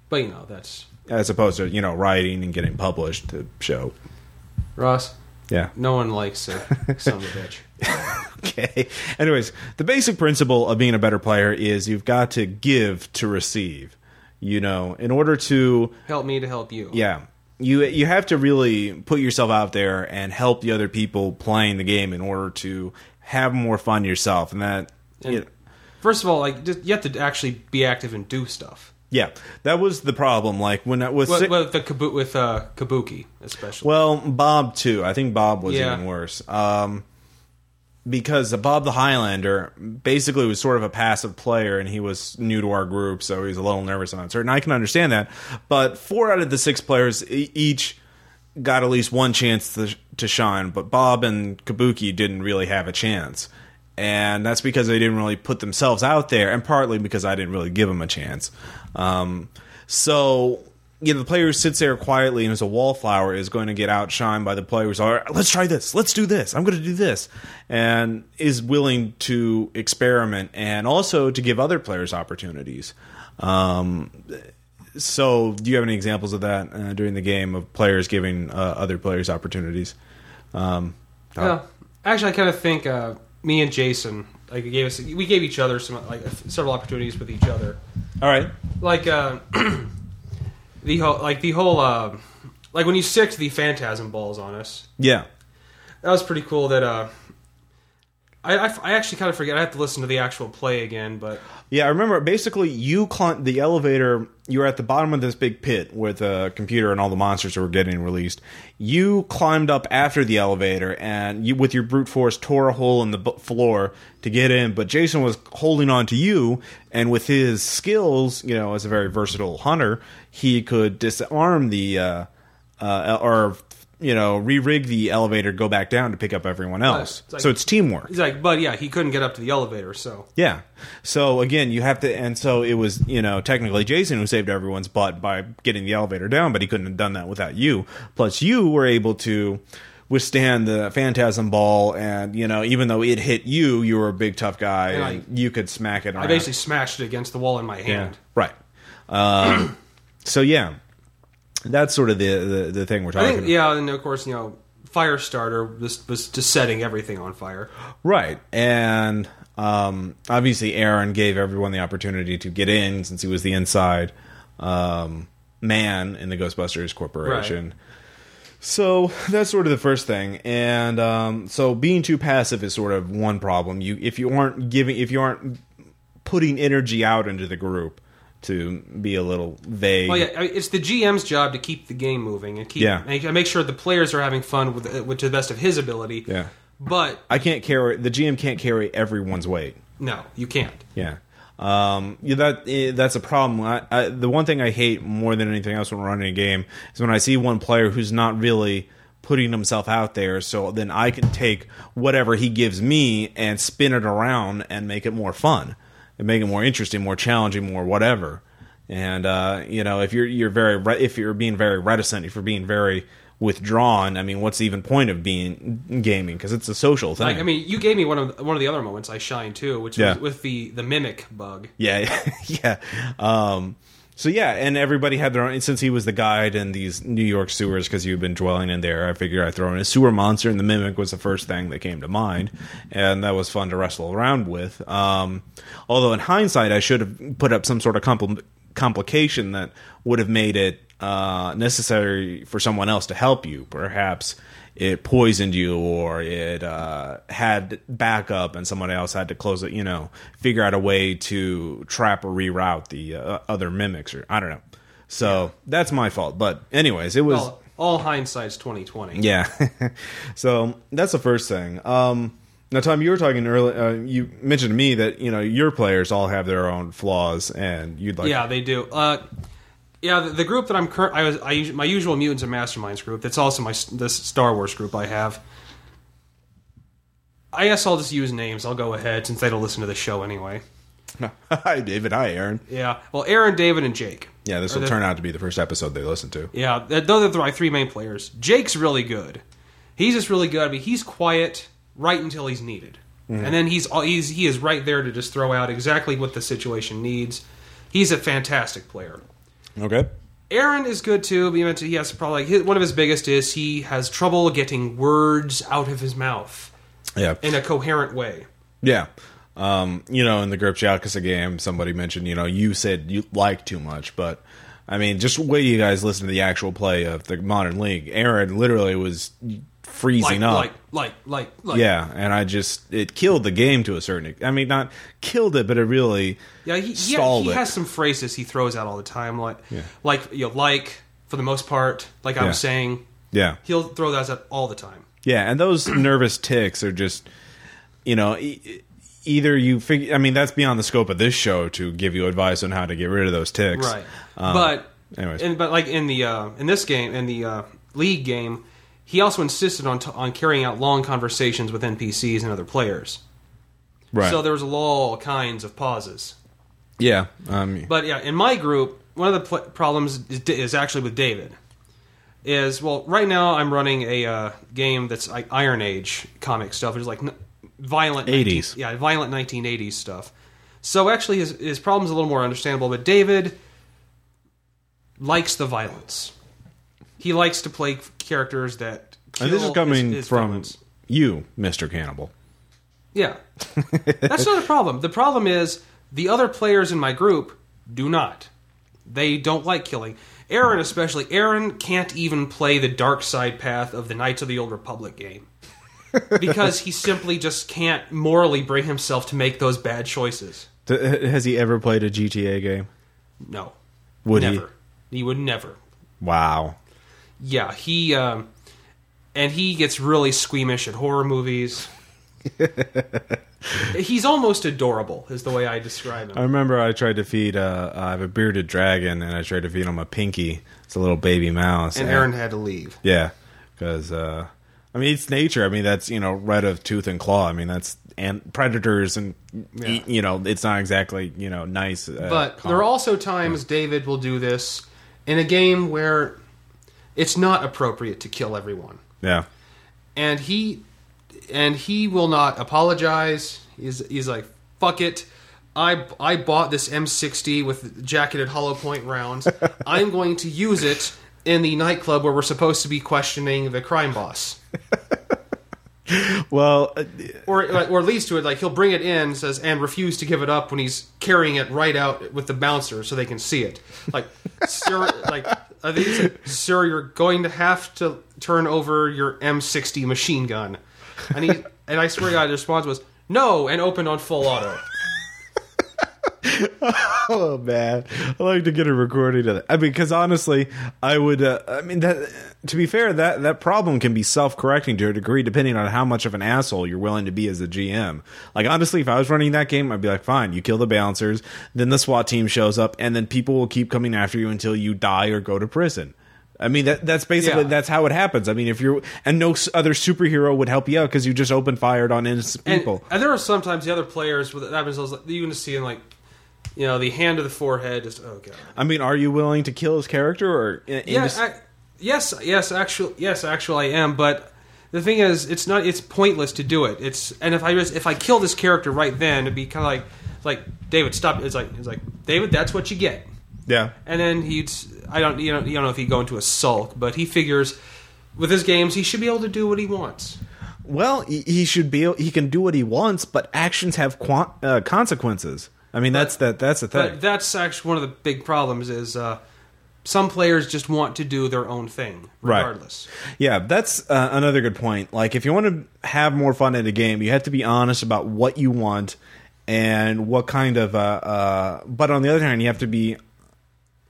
S2: But you know that's
S1: As opposed to you know writing and getting published to show.
S2: Ross.
S1: Yeah.
S2: No one likes a son of a bitch.
S1: Okay. Anyways, the basic principle of being a better player is you've got to give to receive. You know, in order to
S2: Help me to help you.
S1: yeah, you you have to really put yourself out there and help the other people playing the game in order to have more fun yourself. And that
S2: And-
S1: you-
S2: First of all, like just, you have to actually be active and do stuff.
S1: yeah, that was the problem. Like when I was
S2: Well, well, the kabu- with uh, Kabuki especially.
S1: Well, Bob too. I think Bob was
S2: Yeah.
S1: even worse. Um, because Bob the Highlander basically was sort of a passive player, and he was new to our group, so he was a little nervous and uncertain. I can understand that, but four out of the six players e- each got at least one chance to, to shine, but Bob and Kabuki didn't really have a chance. And that's because they didn't really put themselves out there, and partly because I didn't really give them a chance. Um, so, you know, the player who sits there quietly and is a wallflower is going to get outshined by the player who's all right, let's try this, let's do this, I'm going to do this, and is willing to experiment and also to give other players opportunities. Um, so, do you have any examples of that uh, during the game of players giving uh, other players opportunities? Um,
S2: Yeah. Actually, I kind of think uh, me and Jason like gave us we gave each other some like several opportunities with each other.
S1: All right.
S2: like uh, the whole like the whole uh, like when you sicked the phantasm balls on us
S1: Yeah.
S2: that was pretty cool that uh I, I, I actually kind of forget. I have to listen to the actual play again, but
S1: Yeah, I remember. Basically, you climbed the elevator. You were at the bottom of this big pit with a computer and all the monsters that were getting released. You climbed up after the elevator and you, with your brute force, tore a hole in the b- floor to get in. But Jason was holding on to you, and with his skills, you know, as a very versatile hunter, he could disarm the uh, uh, or you know re-rig the elevator, go back down to pick up everyone else.
S2: it's like-
S1: so it's teamwork.
S2: he's like, but yeah, he couldn't get up to the elevator, so
S1: Yeah. So again, you have to, and so it was, you know, technically Jason who saved everyone's butt by getting the elevator down, but he couldn't have done that without you. Plus, you were able to withstand the phantasm ball, and you know, even though it hit you, you were a big tough guy,
S2: Yeah,
S1: and you could smack it. Around.
S2: I basically smashed it against the wall in my hand.
S1: right. Um, so yeah, that's sort of the the, the thing we're
S2: I
S1: talking.
S2: think,
S1: about.
S2: yeah, and of course, you know, Firestarter this was just setting everything on fire.
S1: Right. And Um, obviously, Aaron gave everyone the opportunity to get in since he was the inside um, man in the Ghostbusters Corporation. So that's sort of the first thing, and um, so being too passive is sort of one problem. You if you aren't giving if you aren't putting energy out into the group to be a little vague.
S2: Well, yeah, I mean, it's the GM's job to keep the game moving and keep
S1: Yeah.
S2: and make sure the players are having fun with, uh, with to the best of his ability.
S1: Yeah.
S2: But
S1: I can't carry the GM can't carry everyone's weight.
S2: no, you can't.
S1: Yeah. Um, yeah, that eh, that's a problem. I, I, the one thing I hate more than anything else when running a game is when I see one player who's not really putting himself out there. So then I can take whatever he gives me and spin it around and make it more fun, and make it more interesting, more challenging, more whatever. And uh, you know, if you're you're very re- if you're being very reticent, if you're being very withdrawn, I mean, what's the even point of being gaming? Because it's a social thing.
S2: Like, I mean, you gave me one of one of the other moments I shine too, which
S1: Yeah.
S2: was with the the mimic bug.
S1: Yeah, yeah. Um, so yeah, and everybody had their own. and Since he was the guide in these New York sewers, because you've been dwelling in there, I figured I'd throw in a sewer monster, and the mimic was the first thing that came to mind, and that was fun to wrestle around with. Um, although in hindsight, I should have put up some sort of compl- complication that would have made it uh, necessary for someone else to help you. Perhaps it poisoned you or it uh, had backup and someone else had to close it, you know, figure out a way to trap or reroute the uh, other mimics or I don't know. So that's my fault. But, anyways, it was.
S2: All, all hindsight's twenty twenty.
S1: Yeah. so that's the first thing. Um, now, Tom, you were talking earlier. Uh, you mentioned to me that you know your players all have their own flaws, and you'd like
S2: Yeah, they do. Uh, yeah, the, the group that I'm current, I was, I us- my usual mutants and masterminds group. That's also my s- this Star Wars group I have. I guess I'll just use names. I'll go ahead since they don't listen to the show anyway.
S1: hi David, hi Aaron.
S2: Yeah. Well, Aaron, David, and Jake.
S1: Yeah, this
S2: Or
S1: will
S2: the-
S1: turn out to be the first episode they listen to.
S2: Yeah, th- those are my three main players. Jake's really good. He's just really good. I mean, he's quiet right until he's needed, and then he's all he's he is right there to just throw out exactly what the situation needs. He's a fantastic player.
S1: Okay.
S2: Aaron is good too. But you meant to, he has probably his, one of his biggest is he has trouble getting words out of his mouth
S1: Yeah.
S2: in a coherent way.
S1: Yeah. Um, you know, in the Gerb Shakasa game, somebody mentioned, you know, you said you like too much, but I mean, just wait you guys listen to the actual play of the Modern League. Aaron literally was
S2: Like,
S1: freezing up.
S2: like, like, like, like.
S1: yeah, and I just it killed the game to a certain. I mean, not killed it, but it really
S2: Yeah, he, he,
S1: Stalled
S2: he
S1: it.
S2: has some phrases he throws out all the time, like, like, you know, like for the most part, like I
S1: Yeah.
S2: was saying,
S1: yeah
S2: he'll throw those out all the time.
S1: yeah. And those nervous ticks are just you know e- either you figure. I mean, that's beyond the scope of this show to give you advice on how to get rid of those ticks.
S2: right?
S1: Um,
S2: but
S1: anyways.
S2: and, but like in the uh, in this game in the uh, league game, he also insisted on t- on carrying out long conversations with NPCs and other players.
S1: right.
S2: So there was all kinds of pauses.
S1: yeah. Um,
S2: But yeah, in my group, one of the pl- problems is, is actually with David. Is well, right now I'm running a uh, game that's like Iron Age comic stuff, which is like n- violent
S1: 80s.
S2: 19 yeah, violent 1980s stuff. So actually, his his problem's a little more understandable. But David likes the violence. He likes to play characters that. Kill
S1: And this is coming
S2: his- his
S1: from
S2: villains.
S1: you, Mr. Cannibal.
S2: Yeah. That's not a problem. The problem is the other players in my group do not. They don't like killing. Aaron, especially, Aaron can't even play the dark side path of the Knights of the Old Republic game. because he simply just can't morally bring himself to make those bad choices.
S1: Th- Has he ever played a GTA game?
S2: No.
S1: Would he?
S2: never. He would never.
S1: Wow.
S2: Yeah, he um, and he gets really squeamish at horror movies. He's almost adorable, is the way I describe him.
S1: I remember I tried to feed. Uh, I have a bearded dragon, and I tried to feed him a pinky. It's a little baby mouse.
S2: and Aaron had to leave.
S1: Yeah, because uh, I mean it's nature. I mean that's you know red of tooth and claw. I mean that's and predators and y- you know it's not exactly you know nice. Uh,
S2: But
S1: com-
S2: there are also times David will do this in a game where it's not appropriate to kill everyone,
S1: yeah,
S2: and he and he will not apologize. He's he's like fuck it. I, I bought this M60 with jacketed hollow point rounds. I'm going to use it in the nightclub where we're supposed to be questioning the crime boss.
S1: well, uh,
S2: or like, or leads to it. Like he'll bring it in, says, and refuse to give it up when he's carrying it right out with the bouncer, so they can see it. Like, sir, like I think he said, sir, you're going to have to turn over your M60 machine gun. And he and I swear to God, his response was no, and opened on full auto.
S1: oh man, I like to get a recording of that. I mean, because honestly, I would. Uh, I mean, that to be fair, that that problem can be self correcting to a degree, depending on how much of an asshole you're willing to be as a GM. Like honestly, if I was running that game, I'd be like, fine, you kill the bouncers, then the SWAT team shows up, and then people will keep coming after you until you die or go to prison. I mean that that's basically
S2: Yeah.
S1: that's how it happens. I mean if you're and no s- other superhero would help you out because you just open fired on innocent
S2: And,
S1: people.
S2: and there are sometimes the other players with that happens. I was like, you can see in like, you know, the hand to the forehead. Just oh god.
S1: I mean, are you willing to kill his character or uh, in,
S2: Yeah, I, yes, yes, actually, yes, actually, I am. But the thing is, it's not. It's pointless to do it. It's and if I just if I kill this character right then, it'd be kind of like it's like David, stop. It's like it's like David, that's what you get.
S1: yeah.
S2: And then he'd I don't you don't, you don't know if he'd go into a sulk, but he figures with his games he should be able to do what he wants.
S1: Well, he he should be. He can do what he wants, but actions have quan- uh, consequences. I mean, that's that. That's the thing.
S2: But that's actually one of the big problems is uh, some players just want to do their own thing
S1: Right.
S2: regardless.
S1: yeah, that's uh, another good point. Like, if you want to have more fun at a game, you have to be honest about what you want and what kind of. Uh, uh, but on the other hand, you have to be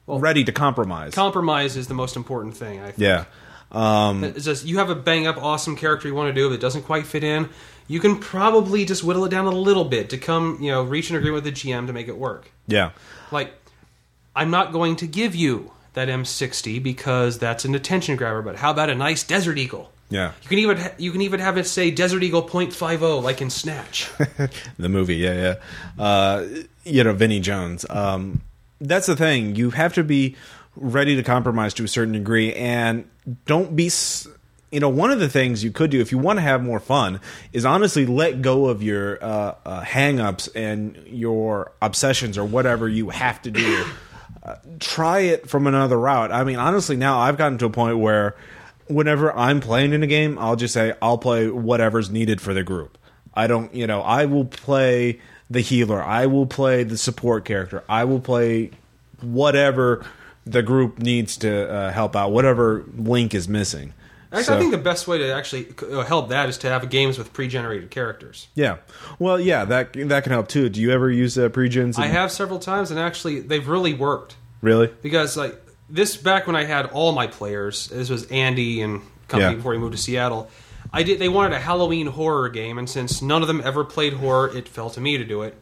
S1: ready to compromise.
S2: Compromise is the most important thing. I think.
S1: yeah.
S2: It's just you have a bang up awesome character you want to do that doesn't quite fit in. You can probably just whittle it down a little bit to come, you know, reach an agreement with the GM to make it work.
S1: Yeah.
S2: Like, I'm not going to give you that M60 because that's an attention grabber. But how about a nice Desert Eagle?
S1: Yeah.
S2: You can even ha- you can even have it say Desert Eagle .50 like in Snatch.
S1: the movie, yeah, yeah. Uh, you know, Vinnie Jones. Um, that's the thing. You have to be ready to compromise to a certain degree, and don't be. s- You know, one of the things you could do if you want to have more fun is honestly let go of your uh, uh, hang-ups and your obsessions or whatever you have to do. Uh, try it from another route. I mean, honestly, now I've gotten to a point where whenever I'm playing in a game, I'll just say I'll play whatever's needed for the group. I don't, you know, I will play the healer. I will play the support character. I will play whatever the group needs to uh, help out, whatever link is missing.
S2: Actually,
S1: So-
S2: I think the best way to actually uh, help that is to have games with pre-generated characters.
S1: yeah. Well, yeah, that that can help too. Do you ever use uh, pregens?
S2: I
S1: and-
S2: have several times, and actually, they've really worked.
S1: Really?
S2: because like this back when I had all my players, this was Andy and company
S1: Yeah.
S2: before he moved to Seattle. I did. They wanted a Halloween horror game, and since none of them ever played horror, it fell to me to do it.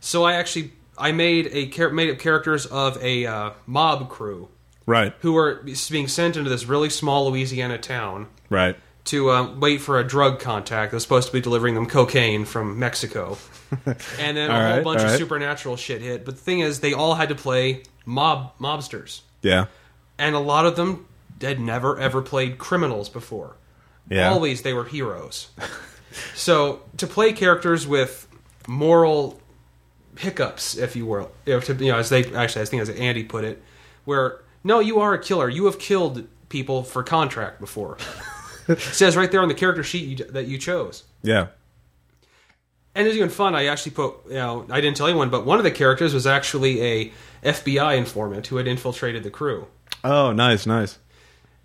S2: So I actually I made a char- made up characters of a uh, mob crew
S1: Right.
S2: who were being sent into this really small Louisiana town
S1: Right.
S2: to uh, wait for a drug contact that's supposed to be delivering them cocaine from Mexico. and then a
S1: All
S2: whole
S1: right,
S2: bunch
S1: all
S2: of
S1: right.
S2: supernatural shit hit. But the thing is, they all had to play mob mobsters
S1: Yeah.
S2: and a lot of them had never ever played criminals before.
S1: Yeah.
S2: Always they were heroes. so to play characters with moral hiccups, if you will, if to, you know, as they actually, I think as Andy put it, where no, you are a killer. You have killed people for contract before. It says right there on the character sheet you, that you chose.
S1: Yeah.
S2: And it's even fun. I actually put, you know, I didn't tell anyone, but one of the characters was actually a FBI informant who had infiltrated the crew.
S1: Oh, nice, nice.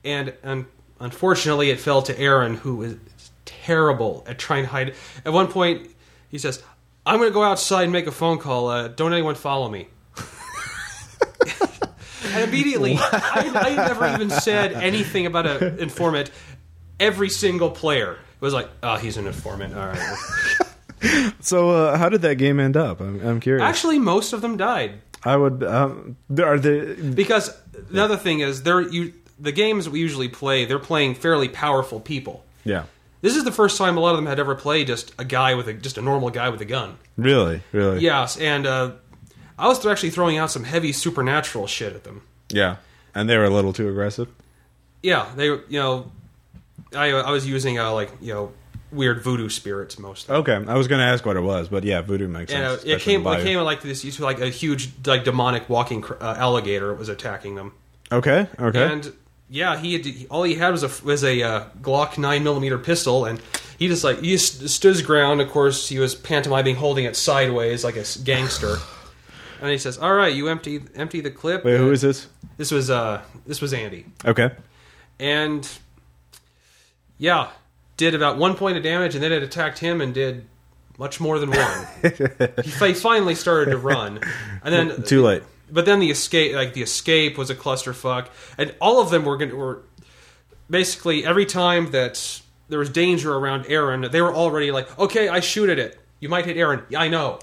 S2: and un- unfortunately, it fell to Aaron, who is terrible at trying to hide. At one point, he says, "I'm going to go outside and make a phone call. Uh, don't anyone follow me." and immediately, I, I never even said anything about an informant. Every single player was like, "Oh, he's an informant." All right.
S1: So, uh, how did that game end up? I'm, I'm curious.
S2: Actually, most of them died.
S1: I would. Um, there are the
S2: because the other thing is they're you the games we usually play they're playing fairly powerful people
S1: yeah.
S2: this is the first time a lot of them had ever played just a guy with a just a normal guy with a gun
S1: Really, really.
S2: yes and uh, i was actually throwing out some heavy supernatural shit at them
S1: Yeah. And they were a little too aggressive.
S2: yeah they you know i, I was using uh, like you know weird voodoo spirits mostly
S1: Okay, I was going to ask what it was, but yeah, voodoo makes
S2: and uh,
S1: sense.
S2: it
S1: Oh, especially in
S2: came, it
S1: Bayou.
S2: came like this used to like a huge like demonic walking cr- uh, alligator was attacking them
S1: Okay. Okay.
S2: and yeah, he had he- all he had was a was a uh, Glock nine millimeter pistol, and he just like he just stood his ground. Of course, he was pantomiming holding it sideways like a s- gangster. And he says, "All right, you empty empty the clip."
S1: Wait, who is this?
S2: This was uh this was Andy,
S1: Okay.
S2: and yeah, did about one point of damage, and then it attacked him and did much more than one. he fi- finally started to run, and then
S1: Too late.
S2: but then the escape, like the escape, was a clusterfuck, and all of them were going to were basically every time that there was danger around Aaron, they were already like, "Okay, I shoot at it. You might hit Aaron. Yeah, I know,"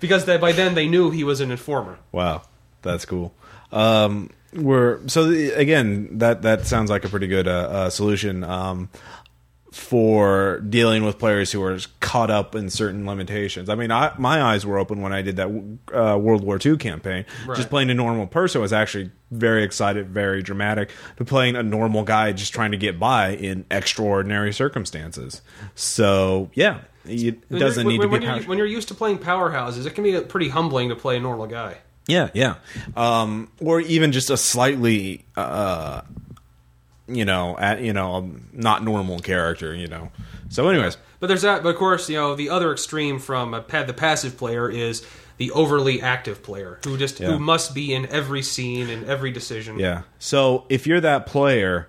S2: because they, by then they knew he was an informer.
S1: Wow, that's cool. Um, we're so the, again that that sounds like a pretty good uh, uh, solution um, for dealing with players who are caught up in certain limitations. I mean, I, my eyes were open when I did that uh, World War II campaign.
S2: Right.
S1: Just playing a normal person was actually very excited, very dramatic. To playing a normal guy just trying to get by in extraordinary circumstances. So yeah, it
S2: When
S1: doesn't need
S2: you're- when,
S1: to
S2: when
S1: be.
S2: you're,
S1: power-
S2: when you're used to playing powerhouses. It can be pretty humbling to play a normal guy.
S1: Yeah, yeah. Um, or even just a slightly, uh, you know, at, you know, um, not normal character, you know. So, anyways,
S2: But there's that. But of course, you know the other extreme from a pad, the passive player is the overly active player who just
S1: Yeah.
S2: who must be in every scene and every decision.
S1: yeah. So, if you're that player,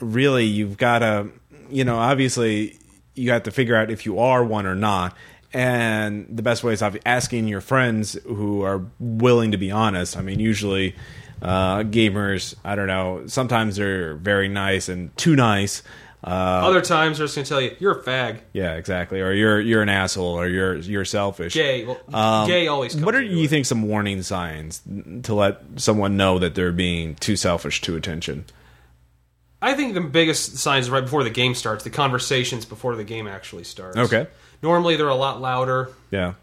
S1: really, you've got to, you know, obviously, you have to figure out if you are one or not. And the best way is obvi- asking your friends who are willing to be honest. I mean, usually, uh, gamers, I don't know, sometimes they're very nice and too nice. Uh,
S2: Other times they're just gonna tell you you're a fag,
S1: Yeah, exactly. Or you're you're an asshole, or you're you're selfish.
S2: gay. Well,
S1: Um,
S2: gay always. Comes
S1: What are
S2: into
S1: you
S2: it.
S1: think some warning signs to let someone know that they're being too selfish to attention?
S2: I think the biggest signs right before the game starts, the conversations before the game actually starts.
S1: Okay.
S2: Normally they're a lot louder,
S1: Yeah,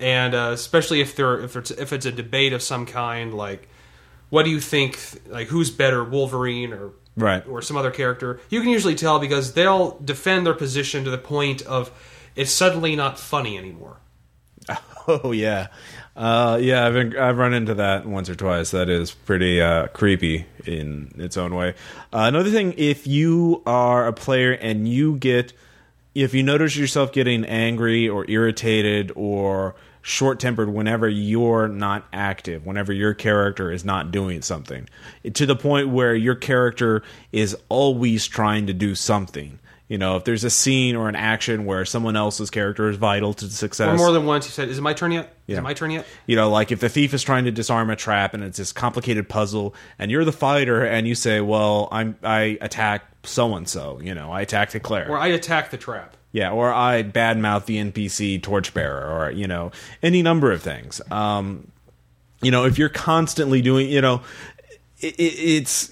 S2: and uh, especially if they're if it's if it's a debate of some kind, like what do you think, like who's better, Wolverine or
S1: right.
S2: or some other character, you can usually tell because they'll defend their position to the point of it's suddenly not funny anymore.
S1: Oh yeah, uh, yeah. I've been, I've run into that once or twice. That is pretty uh, creepy in its own way. Uh, another thing, if you are a player and you get, if you notice yourself getting angry or irritated or short tempered whenever you're not active, whenever your character is not doing something, to the point where your character is always trying to do something. You know, if there's a scene or an action where someone else's character is vital to success,
S2: Or more than once, you said, "Is it my turn yet? Is
S1: Yeah.
S2: it my turn yet?"
S1: you know, like if the thief is trying to disarm a trap and it's this complicated puzzle, and you're the fighter, and you say, "Well, I'm I attack so and so," you know, I attack the cleric,
S2: Or I attack the trap.
S1: yeah, or I badmouth the NPC torchbearer, or you know, any number of things. Um, you know, if you're constantly doing, you know, it, it, it's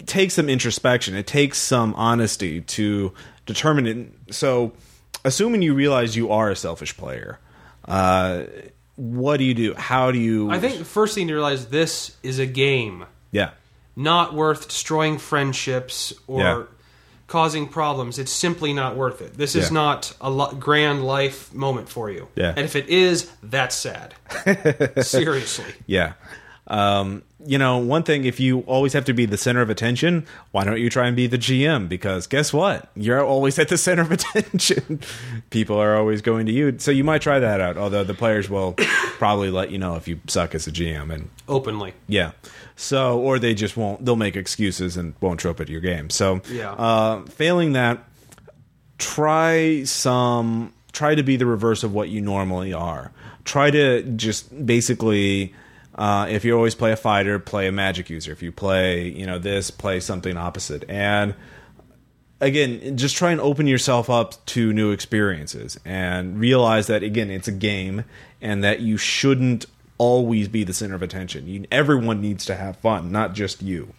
S1: it takes some introspection. It takes some honesty to determine it. So, assuming you realize you are a selfish player, uh, what do you do? How do you?
S2: I think the first thing to realize this is a game,
S1: yeah,
S2: not worth destroying friendships or
S1: Yeah.
S2: causing problems. It's simply not worth it. This is
S1: Yeah.
S2: not a lo- grand life moment for you.
S1: Yeah.
S2: And if it is, that's sad. Seriously.
S1: yeah. Um, you know, one thing, if you always have to be the center of attention, why don't you try and be the GM? Because guess what? You're always at the center of attention. People are always going to you. So you might try that out, although the players will probably let you know if you suck as a GM. And
S2: Openly.
S1: yeah. So, or they just won't, they'll make excuses and won't show up at your game. So,
S2: Yeah.
S1: uh, failing that, try some, try to be the reverse of what you normally are. Try to just basically, uh, if you always play a fighter, play a magic user. If you play, you know, this, play something opposite. And, again, just try and open yourself up to new experiences and realize that again, it's a game and that you shouldn't always be the center of attention. You, everyone needs to have fun, not just you.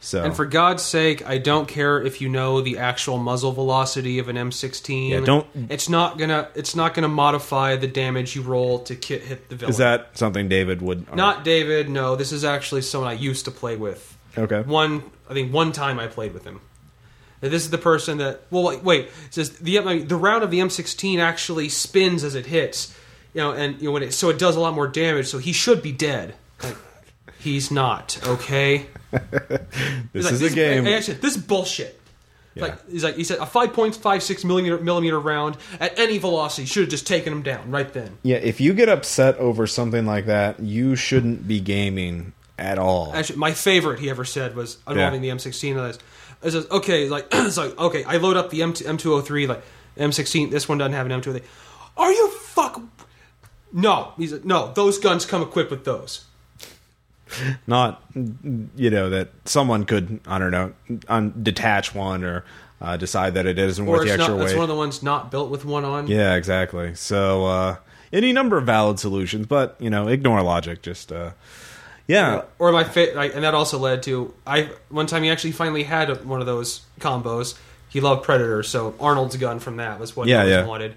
S1: So
S2: And for God's sake, I don't care if you know the actual muzzle velocity of an M16.
S1: Yeah, don't-
S2: It's not gonna. It's not gonna modify the damage you roll to ki hit the villain.
S1: is that something David would
S2: not David? No, this is actually someone I used to play with.
S1: Okay.
S2: One, I think one time I played with him. And this is the person that. Well, wait. wait it says the the round of the M16 actually spins as it hits. You know, and you know when it so it does a lot more damage. So he should be dead. Like, He's not okay.
S1: This
S2: He's
S1: is
S2: like,
S1: a game.
S2: and I said, this is bullshit. Like
S1: Yeah.
S2: he's like he said a 5.56 millimeter millimeter round at any velocity should have just taken him down right then.
S1: yeah, if you get upset over something like that, you shouldn't be gaming at all.
S2: Actually, my favorite he ever said was involving the M16. That is, it says okay, like it's like okay, I load up the M M203 like M16. This one doesn't have an M203. Are you fuck? No, he's like, no. Those guns come equipped with those.
S1: Not you know that someone could I don't know un- detach one or uh, decide that it isn't
S2: Or
S1: worth the
S2: it's
S1: extra
S2: not. That's
S1: weight.
S2: one of the ones not built with one on.
S1: Yeah, exactly. So uh, any number of valid solutions, but you know, ignore logic. Just uh, yeah,
S2: Or my fa- like, and that also led to I one time he actually finally had a- one of those combos. He loved Predator, so Arnold's gun from that was what
S1: Yeah,
S2: he always
S1: yeah.
S2: wanted.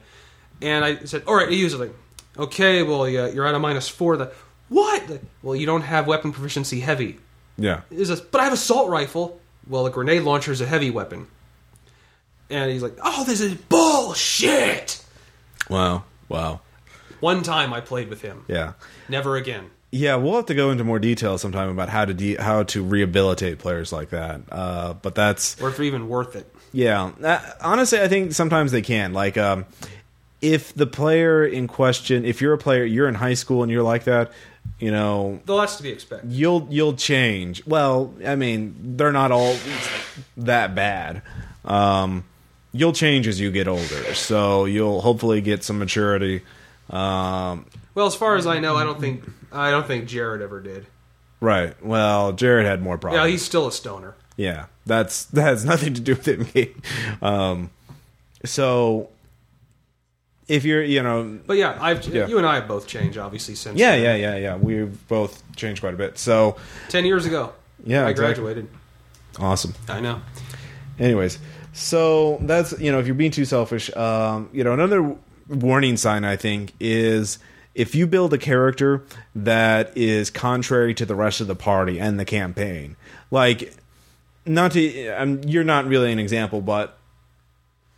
S2: And I said, "All right, you use it." Like, okay, well, yeah, you're at a minus four. The what? Like, Well, you don't have weapon proficiency heavy.
S1: yeah,
S2: Is this? But I have assault rifle. Well, a grenade launcher is a heavy weapon. And he's like, "Oh, this is bullshit."
S1: wow, wow,
S2: One time I played with him.
S1: yeah,
S2: Never again.
S1: yeah. We'll have to go into more detail sometime about how to de- how to rehabilitate players like that. Uh, but that's
S2: Or if even worth it.
S1: Yeah. Uh, honestly, I think sometimes they can. Like, um, if the player in question, if you're a player, you're in high school and you're like that, you know,
S2: Though that's to be expected.
S1: you'll you'll change. Well, I mean, they're not all that bad. Um, you'll change as you get older, so you'll hopefully get some maturity. Um,
S2: Well, as far as I know, I don't think I don't think Jared ever did.
S1: right. Well, Jared had more
S2: Yeah,
S1: problems.
S2: he's still a stoner.
S1: Yeah, that's that has nothing to do with it. me. Um, so if you're, you know,
S2: But yeah, I've
S1: Yeah.
S2: you and I have both changed obviously since
S1: yeah, yeah, yeah, yeah, we've both changed quite a bit. So
S2: ten years ago.
S1: Yeah,
S2: I
S1: exactly.
S2: graduated.
S1: awesome.
S2: I know.
S1: Anyways, so that's you know, if you're being too selfish, um, you know, another w- warning sign I think is if you build a character that is contrary to the rest of the party and the campaign, like not to, I'm, you're not really an example, but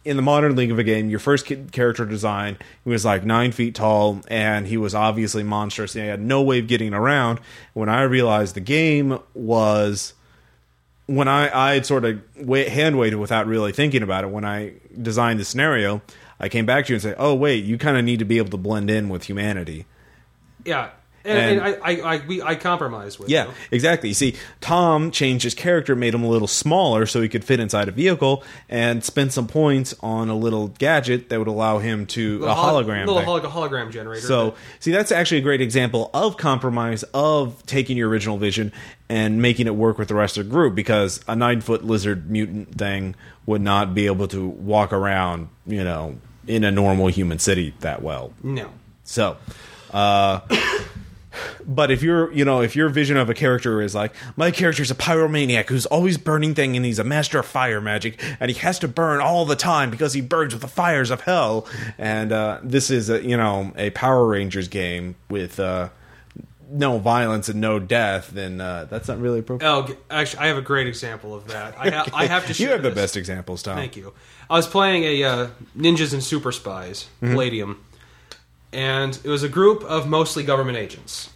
S1: in the modern league of a game, your first ki- character design he was like nine feet tall, and he was obviously monstrous, and he had no way of getting around. When I realized the game was, when I I had sort of wa hand waited without really thinking about it. When I designed the scenario, I came back to you and said, "Oh wait, you kind of need to be able to blend in with humanity."
S2: Yeah, and, and, I, I, I we I compromise with.
S1: Yeah,
S2: you.
S1: exactly. You see, Tom changed his character, made him a little smaller so he could fit inside a vehicle, and spent some points on a little gadget that would allow him to a
S2: holo-
S1: hologram.
S2: little
S1: thing.
S2: holo- hologram generator.
S1: so, see, that's actually a great example of compromise of taking your original vision and making it work with the rest of the group because a nine foot lizard mutant thing would not be able to walk around, you know, in a normal human city that well.
S2: no,
S1: So, uh, but if you're, you know, if your vision of a character is like, my character's a pyromaniac who's always burning things and he's a master of fire magic and he has to burn all the time because he burns with the fires of hell. And uh, this is, a, you know, a Power Rangers game with uh, no violence and no death, then uh, that's not really appropriate.
S2: oh, g- actually, I have a great example of that. I, ha- I have to.
S1: You
S2: share
S1: have the
S2: this.
S1: best examples, Tom.
S2: Thank you. I was playing a uh, Ninjas and Super Spies Palladium, and it was a group of mostly government agents.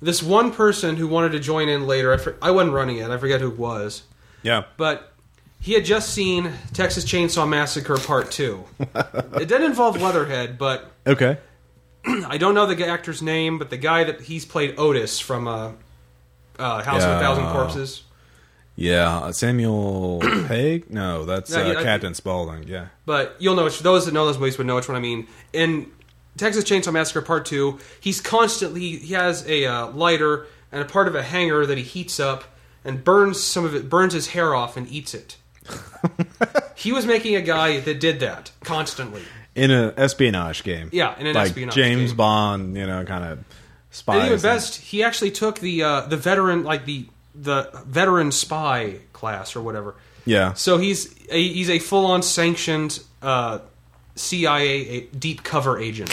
S2: This one person who wanted to join in later, I, for- I wasn't running it, I forget who it was,
S1: Yeah.
S2: but he had just seen Texas Chainsaw Massacre Part 2. it didn't involve Leatherhead, but
S1: Okay.
S2: I don't know the actor's name, but the guy that he's played Otis from uh, uh, House of
S1: Yeah.
S2: a Thousand Corpses.
S1: Yeah. Uh, Samuel Haig? No, that's
S2: No,
S1: uh,
S2: yeah, I-
S1: Captain Spaulding. Yeah.
S2: But you'll know which, those that know those movies would know which one I mean. In Texas Chainsaw Massacre Part Two, he's constantly he has a uh, lighter and a part of a hanger that he heats up and burns some of it, burns his hair off and eats it. he was making a guy that did that constantly.
S1: in an espionage game.
S2: Yeah, in an
S1: like
S2: espionage
S1: James
S2: game.
S1: Bond, you know, kind of spy.
S2: And even best, he actually took the uh, the veteran like the the veteran spy class or whatever.
S1: Yeah.
S2: So he's a, he's a full on sanctioned uh, CIA a- deep cover agent.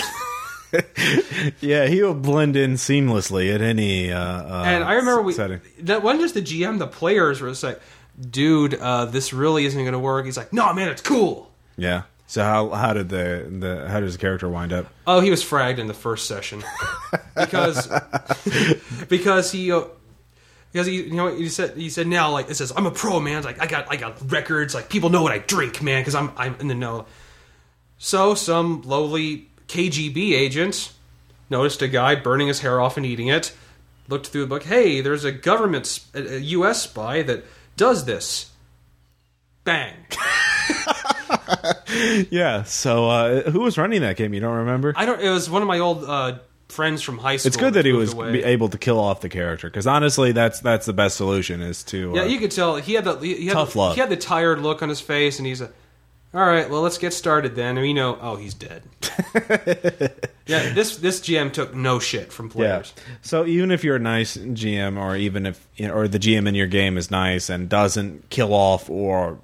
S1: Yeah, he will blend in seamlessly at any. Uh, uh,
S2: And I remember we
S1: setting.
S2: that wasn't just the GM, the players were just like, "Dude, uh, this really isn't going to work." He's like, "No, man, it's cool."
S1: Yeah. So how how did the, the how does the character wind up?
S2: Oh, he was fragged in the first session because because he uh, because he you know he said he said now like it says I'm a pro man like I got I got records like people know what I drink man because I'm I'm in the know. So some lowly KGB agent noticed a guy burning his hair off and eating it. Looked through the book. Hey, there's a government sp- a a U.S. spy that does this. Bang.
S1: Yeah. So uh, who was running that game? You don't remember?
S2: I don't. It was one of my old uh, friends from high school.
S1: it's good that he
S2: moved
S1: was
S2: away.
S1: be able to kill off the character because honestly, that's that's the best solution is to uh,
S2: Yeah, you could tell he had the he he had
S1: Tough
S2: the,
S1: love.
S2: He had the tired look on his face, and he's a. All right, well, let's get started then. And you know, oh, he's dead. yeah, this this GM took no shit from
S1: Yeah.
S2: players.
S1: So even if you're a nice GM, or even if or the GM in your game is nice and doesn't kill off or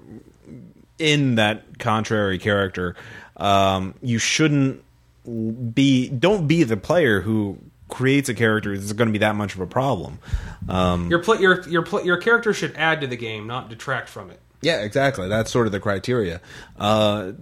S1: in that contrary character, um, you shouldn't be. Don't be the player who creates a character that's going to be that much of a problem. Um,
S2: Your pla your your pla your character should add to the game, not detract from it.
S1: yeah, exactly. That's sort of the criteria. Uh,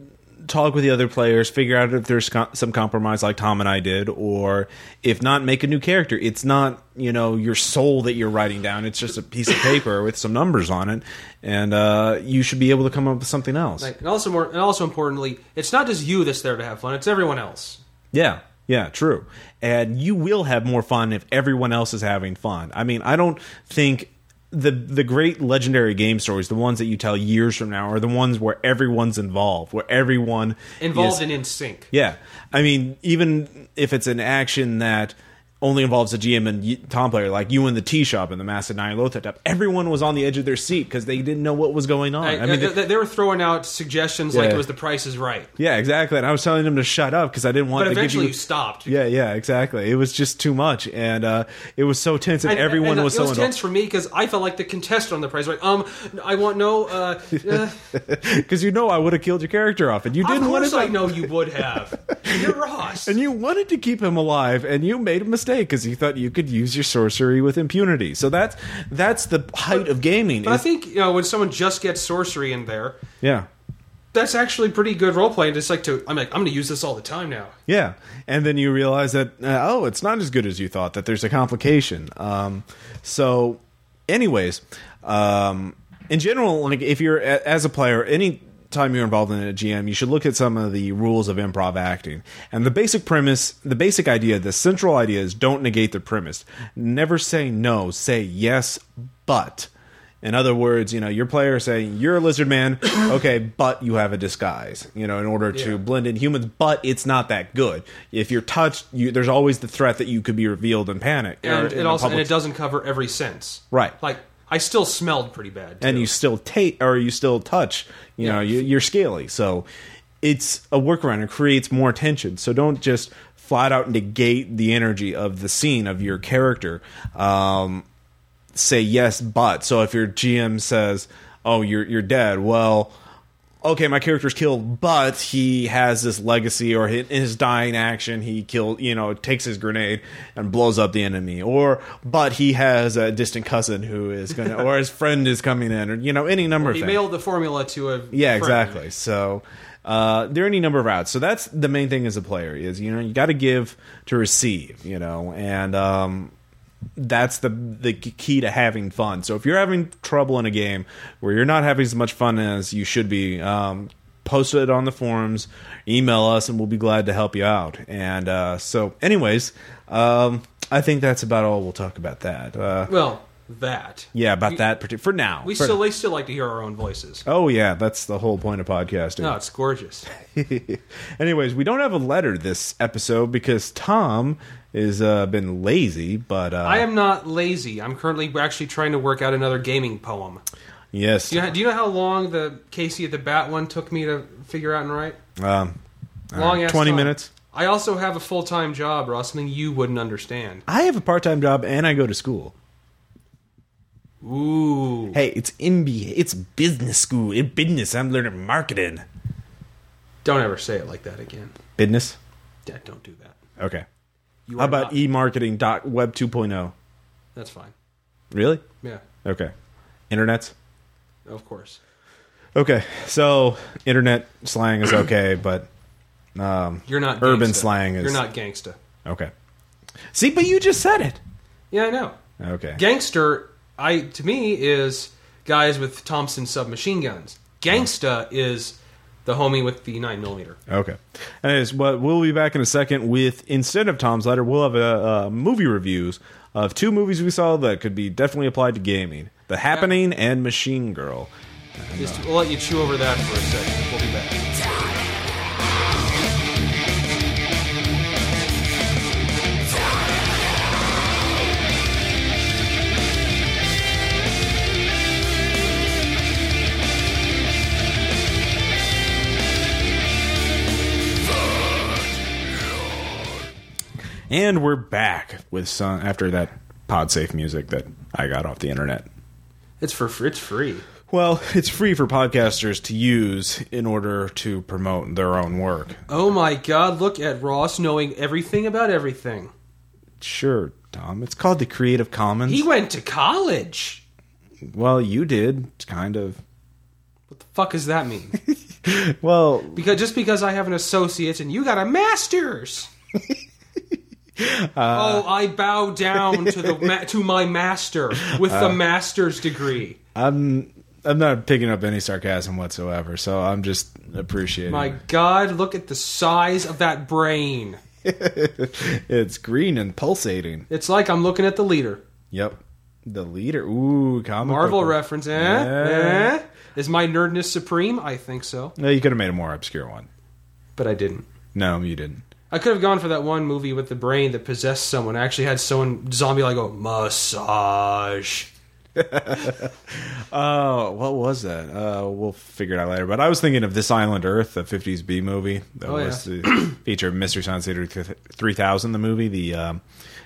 S1: talk with the other players, figure out if there's co- some compromise, like Tom and I did, or if not, make a new character. It's not you know your soul that you're writing down. It's just a piece of paper with some numbers on it, and uh, you should be able to come up with something else.
S2: Like, and also more, and also importantly, it's not just you that's there to have fun; it's everyone else.
S1: Yeah, yeah, true. And you will have more fun if everyone else is having fun. I mean, I don't think the the great legendary game stories, the ones that you tell years from now, are the ones where everyone's involved, where everyone
S2: Involved
S1: is-
S2: and in sync.
S1: yeah, I mean, even if it's an action that only involves a GM and y- Tom player, like you in the tea shop in the Massive Nine Lothotep, everyone was on the edge of their seat because they didn't know what was going on. I,
S2: I, uh,
S1: mean,
S2: they, they were throwing out suggestions like
S1: Yeah.
S2: it was The Price is Right,
S1: yeah, exactly. And I was telling them to shut up because I didn't want
S2: but
S1: to give
S2: eventually
S1: you
S2: you stopped.
S1: yeah, yeah, exactly. It was just too much, and uh, it was so tense, and, everyone
S2: and
S1: was
S2: it
S1: so
S2: was tense for me because I felt like the contestant on the prize. Like, um, I want no. Uh, uh,
S1: because you know I would have killed your character off, and you
S2: of
S1: didn't want
S2: course,
S1: to,
S2: I know you would have. You're Ross.
S1: and you wanted to keep him alive, and you made a mistake because you thought you could use your sorcery with impunity. So that's that's the height of gaming.
S2: I
S1: is-
S2: think you know when someone just gets sorcery in there,
S1: yeah,
S2: that's actually pretty good role playing. It's like to I'm like I'm going to use this all the time now.
S1: yeah, and then you realize that uh, oh, it's not as good as you thought. That there's a complication. Um, so, anyways, um, in general, like if you're a- as a player, any time you're involved in a GM, you should look at some of the rules of improv acting. And the basic premise, the basic idea, the central idea is don't negate the premise. Never say no. Say yes, but. In other words, you know, your player is saying you're a lizard man, okay, but you have a disguise, you know, in order to
S2: Yeah.
S1: blend in humans, but it's not that good. If you're touched, you, there's always the threat that you could be revealed in panic. or
S2: And
S1: in
S2: it
S1: a
S2: also and
S1: public-
S2: it doesn't cover every sense.
S1: Right.
S2: Like I still smelled pretty bad. Too.
S1: and you still take or you still touch you know you, you're scaly so it's a workaround it creates more tension so don't just flat out negate the energy of the scene of your character um, say yes but so if your gm says oh you're you're dead well okay my character's killed but he has this legacy or hi- in his dying action he killed you know takes his grenade and blows up the enemy or but he has a distant cousin who is gonna or his friend is coming in or you know any number of
S2: he
S1: things
S2: mailed the formula to a
S1: yeah,
S2: friend.
S1: exactly. So uh, there are any number of routes. So that's the main thing as a player is you know you got to give to receive. You know, and um, that's the the key to having fun. So if you're having trouble in a game where you're not having as much fun as you should be. Um, Post it on the forums, email us, and we'll be glad to help you out. And uh, so, anyways, um, I think that's about all we'll talk about that. Uh,
S2: Well, that.
S1: yeah, about
S2: We-
S1: that partic- for now.
S2: We
S1: For-
S2: still we still like to hear our own voices.
S1: oh yeah, that's the whole point of podcasting.
S2: No, it's gorgeous.
S1: Anyways, we don't have a letter this episode because Tom is uh, been lazy. But uh,
S2: I am not lazy. I'm currently actually trying to work out another gaming poem.
S1: yes,
S2: Do you, do you know how long the Casey at the Bat one took me to figure out and write?
S1: um,
S2: Long ass
S1: twenty
S2: time.
S1: minutes.
S2: I also have a full time job, Ross, something you wouldn't understand.
S1: I have a part time job and I go to school.
S2: Ooh.
S1: Hey, it's MBA. It's business school. In business, I'm learning marketing.
S2: Don't ever say it like that again.
S1: Business.
S2: Dad, don't do that.
S1: Okay.
S2: You
S1: How
S2: are
S1: about E-
S2: not-
S1: e-marketing dot web 2.0?
S2: That's fine.
S1: Really?
S2: Yeah,
S1: Okay. Internets.
S2: of course.
S1: Okay, so internet slang is okay, but
S2: You're not
S1: Urban
S2: gangsta.
S1: slang is-
S2: You're not gangsta.
S1: okay. See, but you just said it.
S2: Yeah, I know.
S1: Okay.
S2: Gangster, I to me is guys with Thompson submachine guns. Gangsta is the homie with the nine millimeter.
S1: Okay. Anyways, but we'll be back in a second with instead of Tom's letter, we'll have uh, uh, movie reviews of two movies we saw that could be definitely applied to gaming: The Happening and Machine Girl.
S2: Just we'll let you chew over that for a second. We'll be back.
S1: And we're back with some after that PodSafe music that I got off the internet.
S2: It's for it's free.
S1: Well, it's free for podcasters to use in order to promote their own work.
S2: Oh my God! Look at Ross knowing everything about everything.
S1: Sure, Tom. It's called the Creative Commons.
S2: He went to college.
S1: well, you did kind of.
S2: What the fuck does that mean?
S1: Well,
S2: Because just because I have an associate's and you got a master's. oh, I bow down to the ma- to my master with the master's degree.
S1: I'm not picking up any sarcasm whatsoever, so I'm just appreciating.
S2: My
S1: it.
S2: God, look at the size of that brain.
S1: It's green and pulsating.
S2: It's like I'm looking at the leader.
S1: Yep. The leader. Ooh, comic
S2: Marvel
S1: book.
S2: reference, eh?
S1: Yeah.
S2: Eh? Is my nerdness supreme? I think so,
S1: No, you could have made a more obscure one.
S2: but I didn't.
S1: No, you didn't.
S2: I could have gone for that one movie with the brain that possessed someone. I actually had someone zombie like go massage.
S1: Oh, what was that? Uh, we'll figure it out later. But I was thinking of This Island Earth, the 50s B movie. That
S2: Oh,
S1: was the feature of Mr. Science Theater 3000, the movie. The, um,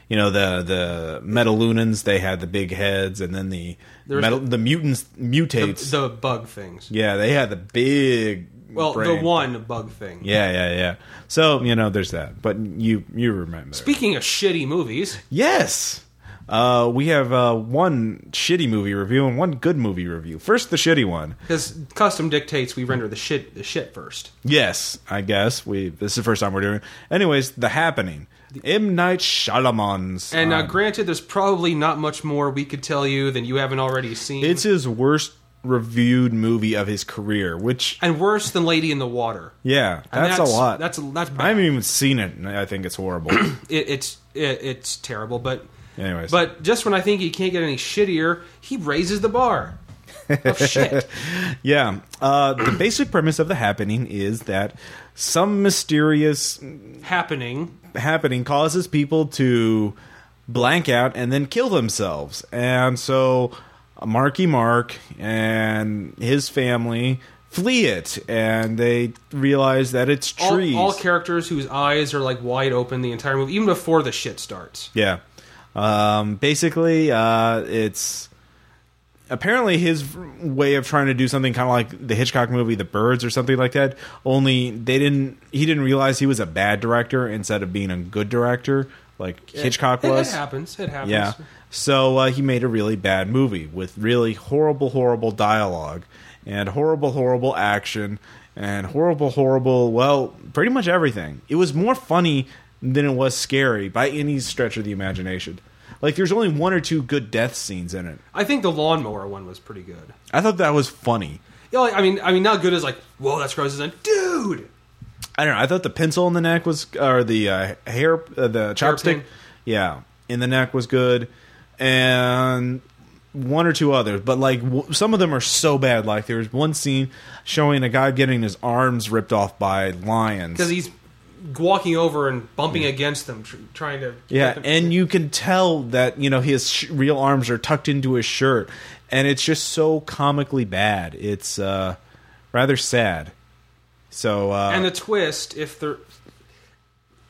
S1: you know, the the Metalunans, they had the big heads, and then the
S2: There was-
S1: metal, the mutants mutates.
S2: The bug things.
S1: yeah, they had the big.
S2: Well,
S1: brain.
S2: the one bug thing.
S1: Yeah, yeah, yeah. So, you know, there's that. But you you remember.
S2: Speaking of shitty movies,
S1: Yes. Uh, we have uh, one shitty movie review and one good movie review. First, the shitty one.
S2: because custom dictates we render the shit the shit first.
S1: Yes, I guess we. This is the first time we're doing. it. Anyways, the happening. M Night Shyamalan's.
S2: And uh, now,
S1: um,
S2: granted, there's probably not much more we could tell you than you haven't already seen.
S1: it's his worst reviewed movie of his career. Which
S2: and worse than Lady in the Water.
S1: yeah,
S2: And
S1: that's, a lot.
S2: That's that's bad.
S1: I haven't even seen it, and I think it's horrible.
S2: it, it's it, it's terrible. But
S1: Anyways.
S2: but just when I think he can't get any shittier, he raises the bar of shit.
S1: Yeah. Uh, the basic premise of the happening is that some mysterious
S2: Happening.
S1: happening causes people to blank out and then kill themselves. And so Marky Mark and his family flee it and they realize that it's
S2: All,
S1: trees.
S2: all characters whose eyes are like wide open the entire movie, even before the shit starts.
S1: yeah. Um, basically, uh, it's apparently his way of trying to do something kind of like the Hitchcock movie The Birds or something like that. Only they didn't he didn't realize he was a bad director instead of being a good director like Hitchcock
S2: It-
S1: was.
S2: It, happens. It happens.
S1: Yeah. So uh, he made a really bad movie with really horrible, horrible dialogue and horrible, horrible action and horrible, horrible, well, pretty much everything. It was more funny than it was scary by any stretch of the imagination. Like, there's only one or two good death scenes in it.
S2: I think the lawnmower one was pretty good.
S1: I thought that was funny.
S2: Yeah, like, I mean, I mean, not good as like, whoa, that's gross. As in, dude,
S1: I don't know. I thought the pencil in the neck was, or the uh, hair, uh, the chopstick,
S2: Hairpin.
S1: yeah, in the neck was good, and one or two others. But like w- some of them are so bad. Like there was one scene showing a guy getting his arms ripped off by lions.
S2: because he's walking over and bumping against them, tr- trying to.
S1: Yeah,
S2: get them-
S1: and you can tell that you know his sh- real arms are tucked into his shirt, and it's just so comically bad. It's uh, rather sad. So uh,
S2: and the twist, if there,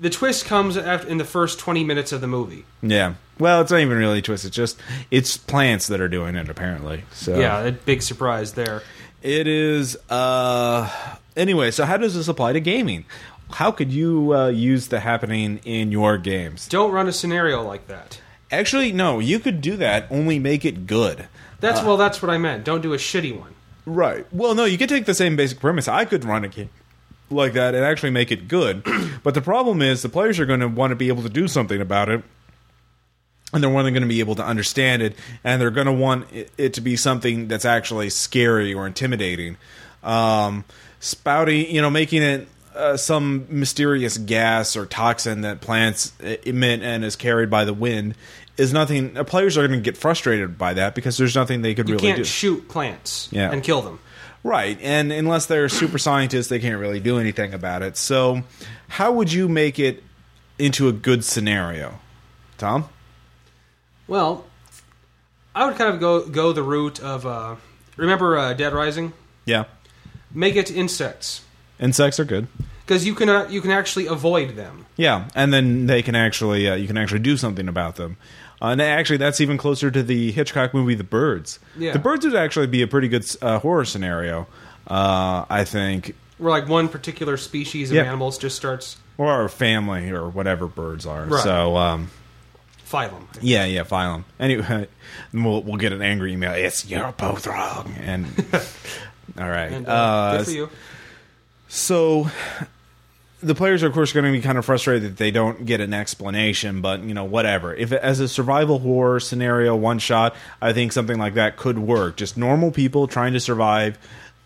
S2: the twist comes after in the first twenty minutes of the movie.
S1: Yeah. Well, it's not even really a twist. It's just it's plants that are doing it apparently. So
S2: Yeah, a big surprise there.
S1: it is. Uh, anyway, so how does this apply to gaming? How could you uh, use the happening in your games?
S2: Don't run a scenario like that.
S1: Actually, no. You could do that. Only make it good. Uh,
S2: That's well, that's what I meant. Don't do a shitty one.
S1: Right. Well, no, you could take the same basic premise. I could run a game like that and actually make it good. but the problem is the players are going to want to be able to do something about it. And they're going to be able to understand it, and they're going to want it, it to be something that's actually scary or intimidating. Um, spouting, you know, making it uh, some mysterious gas or toxin that plants e, emit and is carried by the wind is nothing. Uh, players are going to get frustrated by that because there's nothing they could
S2: You
S1: really
S2: can't
S1: do.
S2: shoot plants
S1: Yeah.
S2: and kill them.
S1: Right, and unless they're super scientists, they can't really do anything about it. So, how would you make it into a good scenario, Tom?
S2: Well, I would kind of go go the route of uh, remember uh, Dead Rising.
S1: Yeah,
S2: Make it insects
S1: insects are good.
S2: because you can uh, you can actually avoid them.
S1: Yeah, and then they can actually uh, you can actually do something about them. Uh, and actually, that's even closer to the Hitchcock movie, The Birds.
S2: Yeah.
S1: The Birds would actually be a pretty good uh, horror scenario, uh, I think,
S2: Where like one particular species of
S1: Yeah.
S2: animals just starts
S1: or our family or whatever birds are.
S2: Right.
S1: So. Um,
S2: phylum.
S1: Yeah, yeah, file them. Anyway, then we'll we'll get an angry email. It's you're both wrong. And all right,
S2: And, uh,
S1: uh,
S2: good for you.
S1: so the players are of course going to be kind of frustrated that they don't get an explanation. But you know, whatever. If it- as a survival horror scenario, one shot, I think something like that could work. Just normal people trying to survive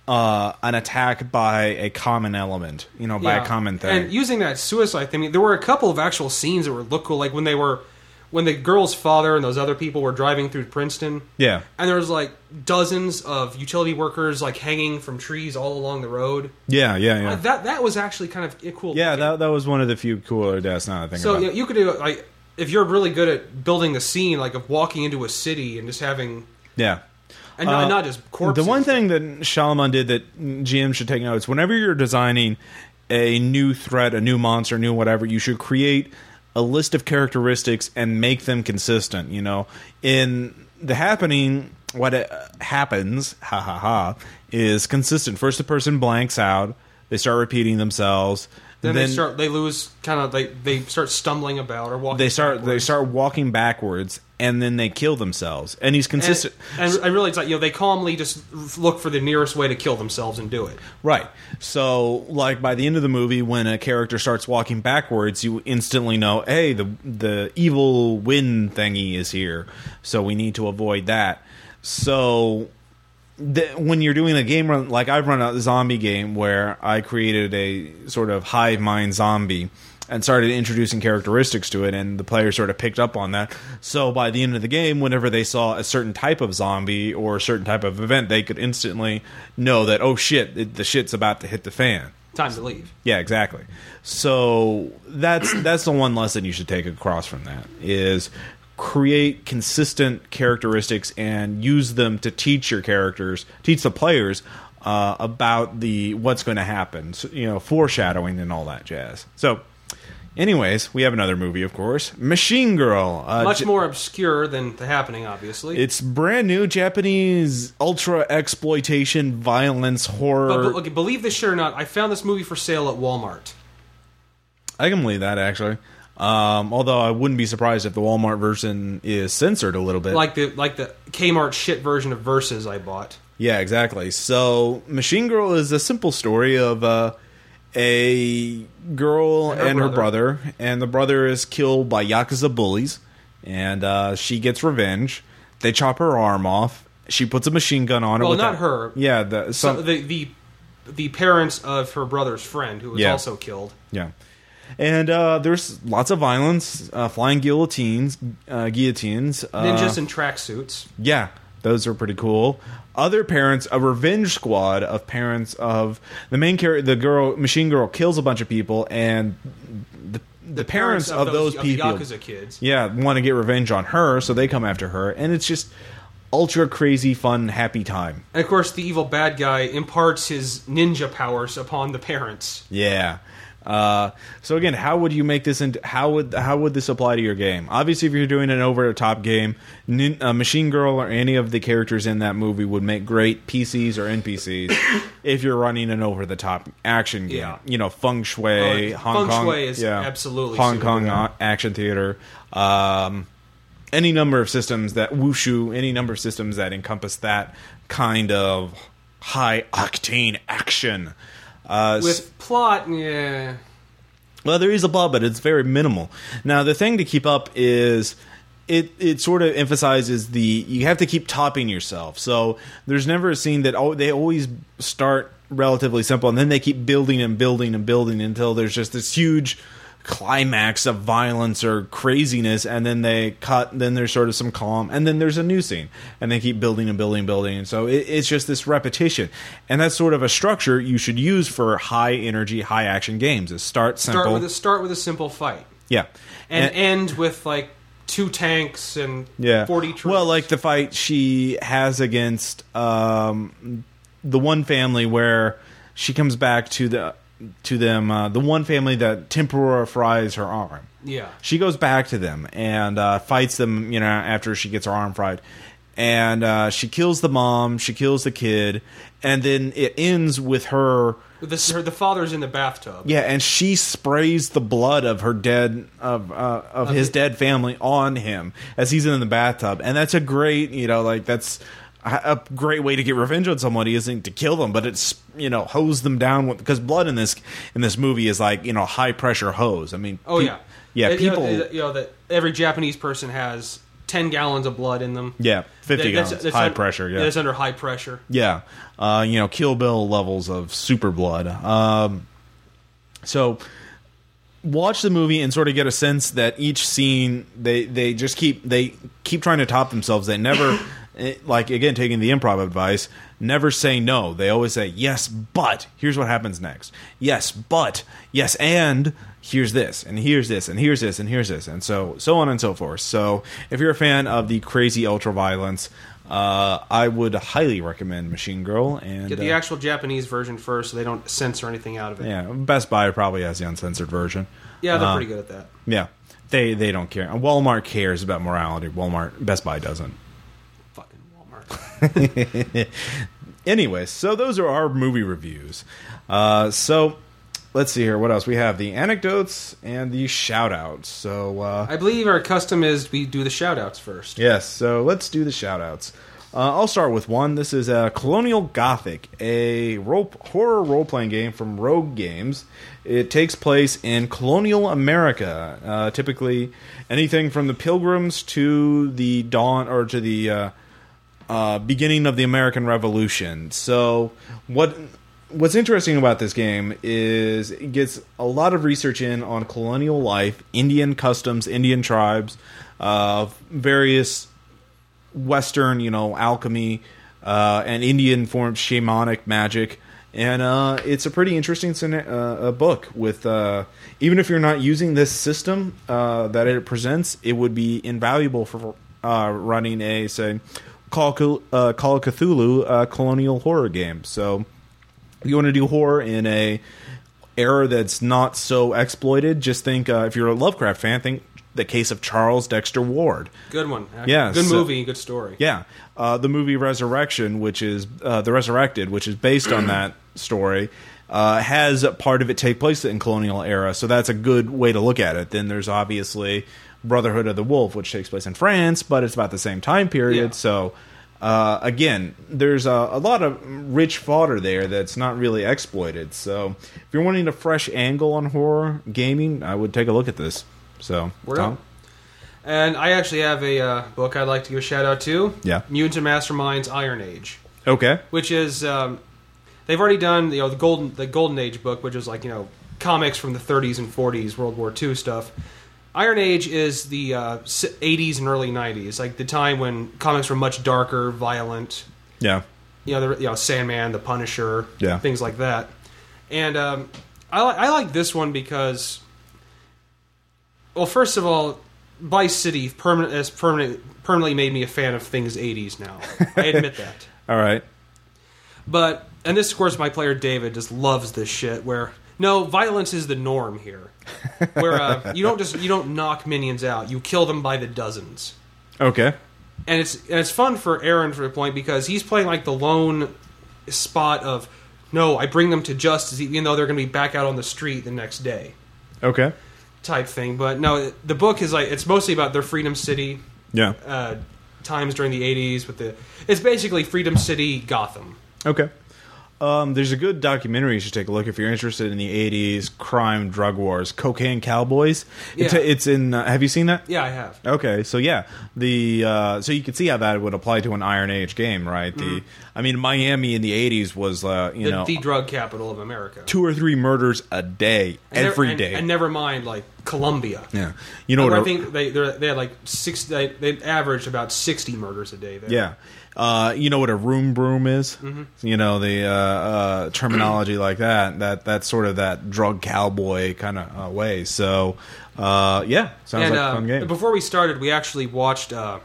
S1: uh, an attack by a common element. You know, by
S2: Yeah.
S1: a common thing.
S2: And using that suicide thing, I mean, there were a couple of actual scenes that were look cool, like when they were when the girl's father and those other people were driving through Princeton.
S1: yeah.
S2: And there was like dozens of utility workers like hanging from trees all along the road.
S1: Yeah, yeah, yeah.
S2: That that was actually kind of cool.
S1: yeah,
S2: looking.
S1: that, that was one of the few cooler deaths. Now that I think
S2: So
S1: about it.
S2: yeah, you could do like if you're really good at building the scene, like of walking into a city and just having
S1: yeah.
S2: and not,
S1: Uh,
S2: not just corpses.
S1: The one thing that Shalaman did that GM should take note is whenever you're designing a new threat, a new monster, new whatever, you should create a list of characteristics and make them consistent. You know, in the happening, what uh, happens, ha ha ha, is consistent. First, the person blanks out. They start repeating themselves.
S2: then, they start they lose kind of like they start stumbling about or walking.
S1: They start. They
S2: backwards.
S1: start walking backwards, and then they kill themselves. And he's consistent.
S2: And, and I realize like you know they calmly just look for the nearest way to kill themselves and do it.
S1: Right. So, like by the end of the movie, when a character starts walking backwards, you instantly know, hey, the the evil wind thingy is here, so we need to avoid that. So, th- when you're doing a game run, like I've run a zombie game where I created a sort of hive mind zombie and started introducing characteristics to it, and the player sort of picked up on that. So by the end of the game, whenever they saw a certain type of zombie or a certain type of event, they could instantly know that, oh shit, it, the shit's about to hit the fan.
S2: Time to leave.
S1: Yeah, exactly. So that's that's the one lesson you should take across from that is create consistent characteristics and use them to teach your characters, teach the players uh, about the what's going to happen. So, you know, foreshadowing and all that jazz. So, anyways, we have another movie, of course, Machine Girl. Uh,
S2: Much
S1: J-
S2: more obscure than the happening, obviously.
S1: It's brand new Japanese ultra exploitation violence horror.
S2: but, but okay, believe this shit or not, I found this movie for sale at Walmart.
S1: I can believe that actually. Um, although I wouldn't be surprised if the Walmart version is censored a little bit.
S2: Like the like the Kmart shit version of Versus I bought.
S1: yeah, exactly. So Machine Girl is a simple story of uh, a girl and,
S2: her
S1: her
S2: brother.
S1: brother, and the brother is killed by yakuza bullies, and uh, she gets revenge. They chop her arm off. She puts a machine gun on her.
S2: Well,
S1: with
S2: not
S1: a-
S2: her.
S1: Yeah, the, some,
S2: So the the the parents of her brother's friend who was
S1: Yeah.
S2: also killed.
S1: Yeah. And uh, there's lots of violence, uh, flying guillotines, uh, guillotines, uh,
S2: Ninjas in tracksuits.
S1: Yeah, those are pretty cool. Other parents, a revenge squad of parents of the main character, the girl, machine girl, kills a bunch of people, and the, the, parents, of, those,
S2: of the
S1: people,
S2: Yakuza kids.
S1: yeah, want to get revenge on her, so they come after her, and it's just ultra crazy, fun, happy time.
S2: And of course, the evil bad guy imparts his ninja powers upon the parents.
S1: Yeah. Uh, so again, how would you make this? Into, how would how would this apply to your game? Obviously, if you're doing an over the top game, nin, uh, Machine Girl or any of the characters in that movie would make great PCs or NPCs. if you're running an over the top action game,
S2: Yeah.
S1: you know Feng Shui,
S2: Oh,
S1: Hong
S2: feng
S1: Kong,
S2: shui is absolutely
S1: Hong
S2: suited
S1: Kong
S2: to
S1: a- action theater. Um, any number of systems that wushu, any number of systems that encompass that kind of high octane action. Uh,
S2: With plot, yeah.
S1: well, there is a plot, but it's very minimal. Now, the thing to keep up is it it sort of emphasizes the you have to keep topping yourself. So there's never a scene that oh, they always start relatively simple, and then they keep building and building and building until there's just this huge climax of violence or craziness and then they cut then there's sort of some calm and then there's a new scene and they keep building and building and building and so it, it's just this repetition and that's sort of a structure you should use for high energy high action games is start simple
S2: Start with a start with a simple fight
S1: yeah.
S2: and, end with like two tanks and
S1: yeah.
S2: forty troops.
S1: Well, like the fight she has against um, the one family where she comes back to the to them uh, the one family that tempora fries her arm.
S2: yeah,
S1: She goes back to them and uh, fights them, you know, after she gets her arm fried. And uh, she kills the mom, she kills the kid, and then it ends with her
S2: this, her, the father's in the bathtub.
S1: yeah, and she sprays the blood of her dead of uh, of his
S2: hi-
S1: dead family on him as he's in the bathtub, and that's a great you know like that's a a great way to get revenge on somebody isn't to kill them, but it's you know hose them down with because blood in this in this movie is like you know high pressure hose. I mean,
S2: Oh
S1: pe-
S2: yeah,
S1: yeah,
S2: It- you know,
S1: people,
S2: it- you know that every Japanese person has ten gallons of blood in them.
S1: yeah, fifty
S2: That-
S1: gallons, high
S2: un-
S1: pressure, yeah,
S2: that's under high pressure.
S1: Yeah, uh, you know, Kill Bill levels of super blood. Um, so watch the movie and sort of get a sense that each scene they they just keep they keep trying to top themselves. They never eh, like again taking the improv advice, never say no. They always say yes, but here's what happens next. Yes, but yes, and here's this and here's this and here's this and here's this and so so on and so forth. So if you're a fan of the crazy ultra violence, uh, I would highly recommend Machine Girl and
S2: Get the
S1: uh,
S2: actual Japanese version first, so they don't censor anything out of it.
S1: yeah, Best Buy probably has the uncensored version.
S2: Yeah, they're
S1: Uh,
S2: pretty good at that.
S1: Yeah, they they don't care. Walmart cares about morality. Walmart, Best Buy doesn't.
S2: Fucking Walmart.
S1: Anyway, so those are our movie reviews. Uh, so let's see here. What else we have? The anecdotes and the shout outs. So uh,
S2: I believe our custom is we do the shout outs first.
S1: yes, so let's do the shout outs. Uh, I'll start with one. This is uh, Colonial Gothic, a role, horror role playing game from Rogue Games. It takes place in colonial America, uh, typically anything from the Pilgrims to the dawn or to the uh, uh, beginning of the American Revolution. So what what's interesting about this game is it gets a lot of research in on colonial life, Indian customs, Indian tribes, uh, various Western, you know, alchemy uh, and Indian forms, shamanic magic. And uh, it's a pretty interesting scena- uh, a book with uh, even if you're not using this system uh, that it presents, it would be invaluable for uh, running a say Call, Cthul- uh, Call of Cthulhu uh, colonial horror game. So if you want to do horror in a era that's not so exploited, just think uh, if you're a Lovecraft fan, think the case of Charles Dexter Ward.
S2: Good one. Actually.
S1: Yeah,
S2: Good
S1: so-
S2: movie, good story.
S1: Yeah, uh, the movie Resurrection, which is uh, the Resurrected, which is based on that story, uh, has part of it take place in colonial era. So that's a good way to look at it. Then there's obviously Brotherhood of the Wolf, which takes place in France, but it's about the same time period.
S2: Yeah.
S1: So uh, again, there's a, a lot of rich fodder there that's not really exploited. So if you're wanting a fresh angle on horror gaming, I would take a look at this. So
S2: Word
S1: Tom?
S2: up. And I actually have a uh, book I'd like to give a shout out to.
S1: Yeah.
S2: Mutant Masterminds Iron Age,
S1: okay,
S2: which is um, they've already done you know the golden the Golden Age book, which is like you know comics from the 30s and 40s, World War II stuff. Iron Age is the uh, s- 80s and early 90s, like the time when comics were much darker, violent,
S1: yeah,
S2: you know, the, you know, Sandman, The Punisher,
S1: Yeah.
S2: things like that. And um, I, li- I like this one because, well, first of all, Vice City permanent has permanent, permanently made me a fan of things '80s now. I admit that.
S1: all right,
S2: But and this, of course, my player David just loves this shit. Where no violence is the norm here. Where uh, you don't just you don't knock minions out; you kill them by the dozens
S1: okay,
S2: and it's and it's fun for Aaron for the point because he's playing like the lone spot of no, I bring them to justice, even though they're going to be back out on the street the next day
S1: okay,
S2: type thing. But no, the book is like it's mostly about their Freedom City
S1: yeah.
S2: uh, times during the '80s with the it's basically Freedom City Gotham.
S1: Okay. Um, there's a good documentary you should take a look if you're interested in the '80s crime, drug wars, cocaine cowboys. It-
S2: Yeah.
S1: it's in. Uh, have you seen that?
S2: Yeah, I have.
S1: Okay, so yeah, the uh, so you can see how that would apply to an Iron Age game, right? The I mean, Miami in the '80s was uh, you
S2: Mm-hmm. The,
S1: know
S2: the drug capital of America.
S1: two or three murders a day,
S2: And never-
S1: every
S2: and-
S1: day.
S2: and, never mind like Colombia.
S1: yeah, you know what?
S2: Where
S1: a-
S2: I think they they're- they had like six. They, they averaged about sixty murders a day. There.
S1: Yeah. Uh, you know what a room broom is?
S2: Mm-hmm.
S1: You know the uh, uh, terminology like that. That that's sort of that drug cowboy kind of uh, way. So uh, yeah, sounds
S2: And
S1: like
S2: uh,
S1: a fun game.
S2: before we started, we actually watched. Uh,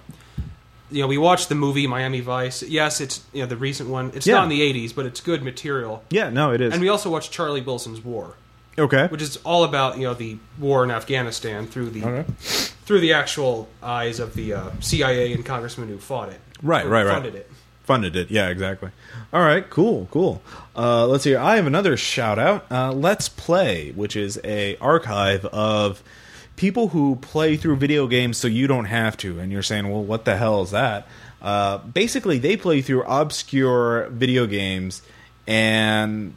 S2: you know, we watched the movie Miami Vice. Yes, it's you know the recent one. It's
S1: Yeah.
S2: not in the '80s, but it's good material.
S1: yeah, no, it is
S2: And we also watched Charlie Wilson's War,
S1: okay.
S2: which is all about you know the war in Afghanistan through the
S1: Okay.
S2: through the actual eyes of the uh, CIA and congressmen who fought it.
S1: Right,
S2: Who
S1: right, right.
S2: funded it.
S1: Funded it, yeah, exactly. All right, cool, cool. Uh, let's see. I have another shout out. Uh, Let's play, which is a archive of people who play through video games, so you don't have to. And you're saying, well, what the hell is that? Uh, basically, they play through obscure video games and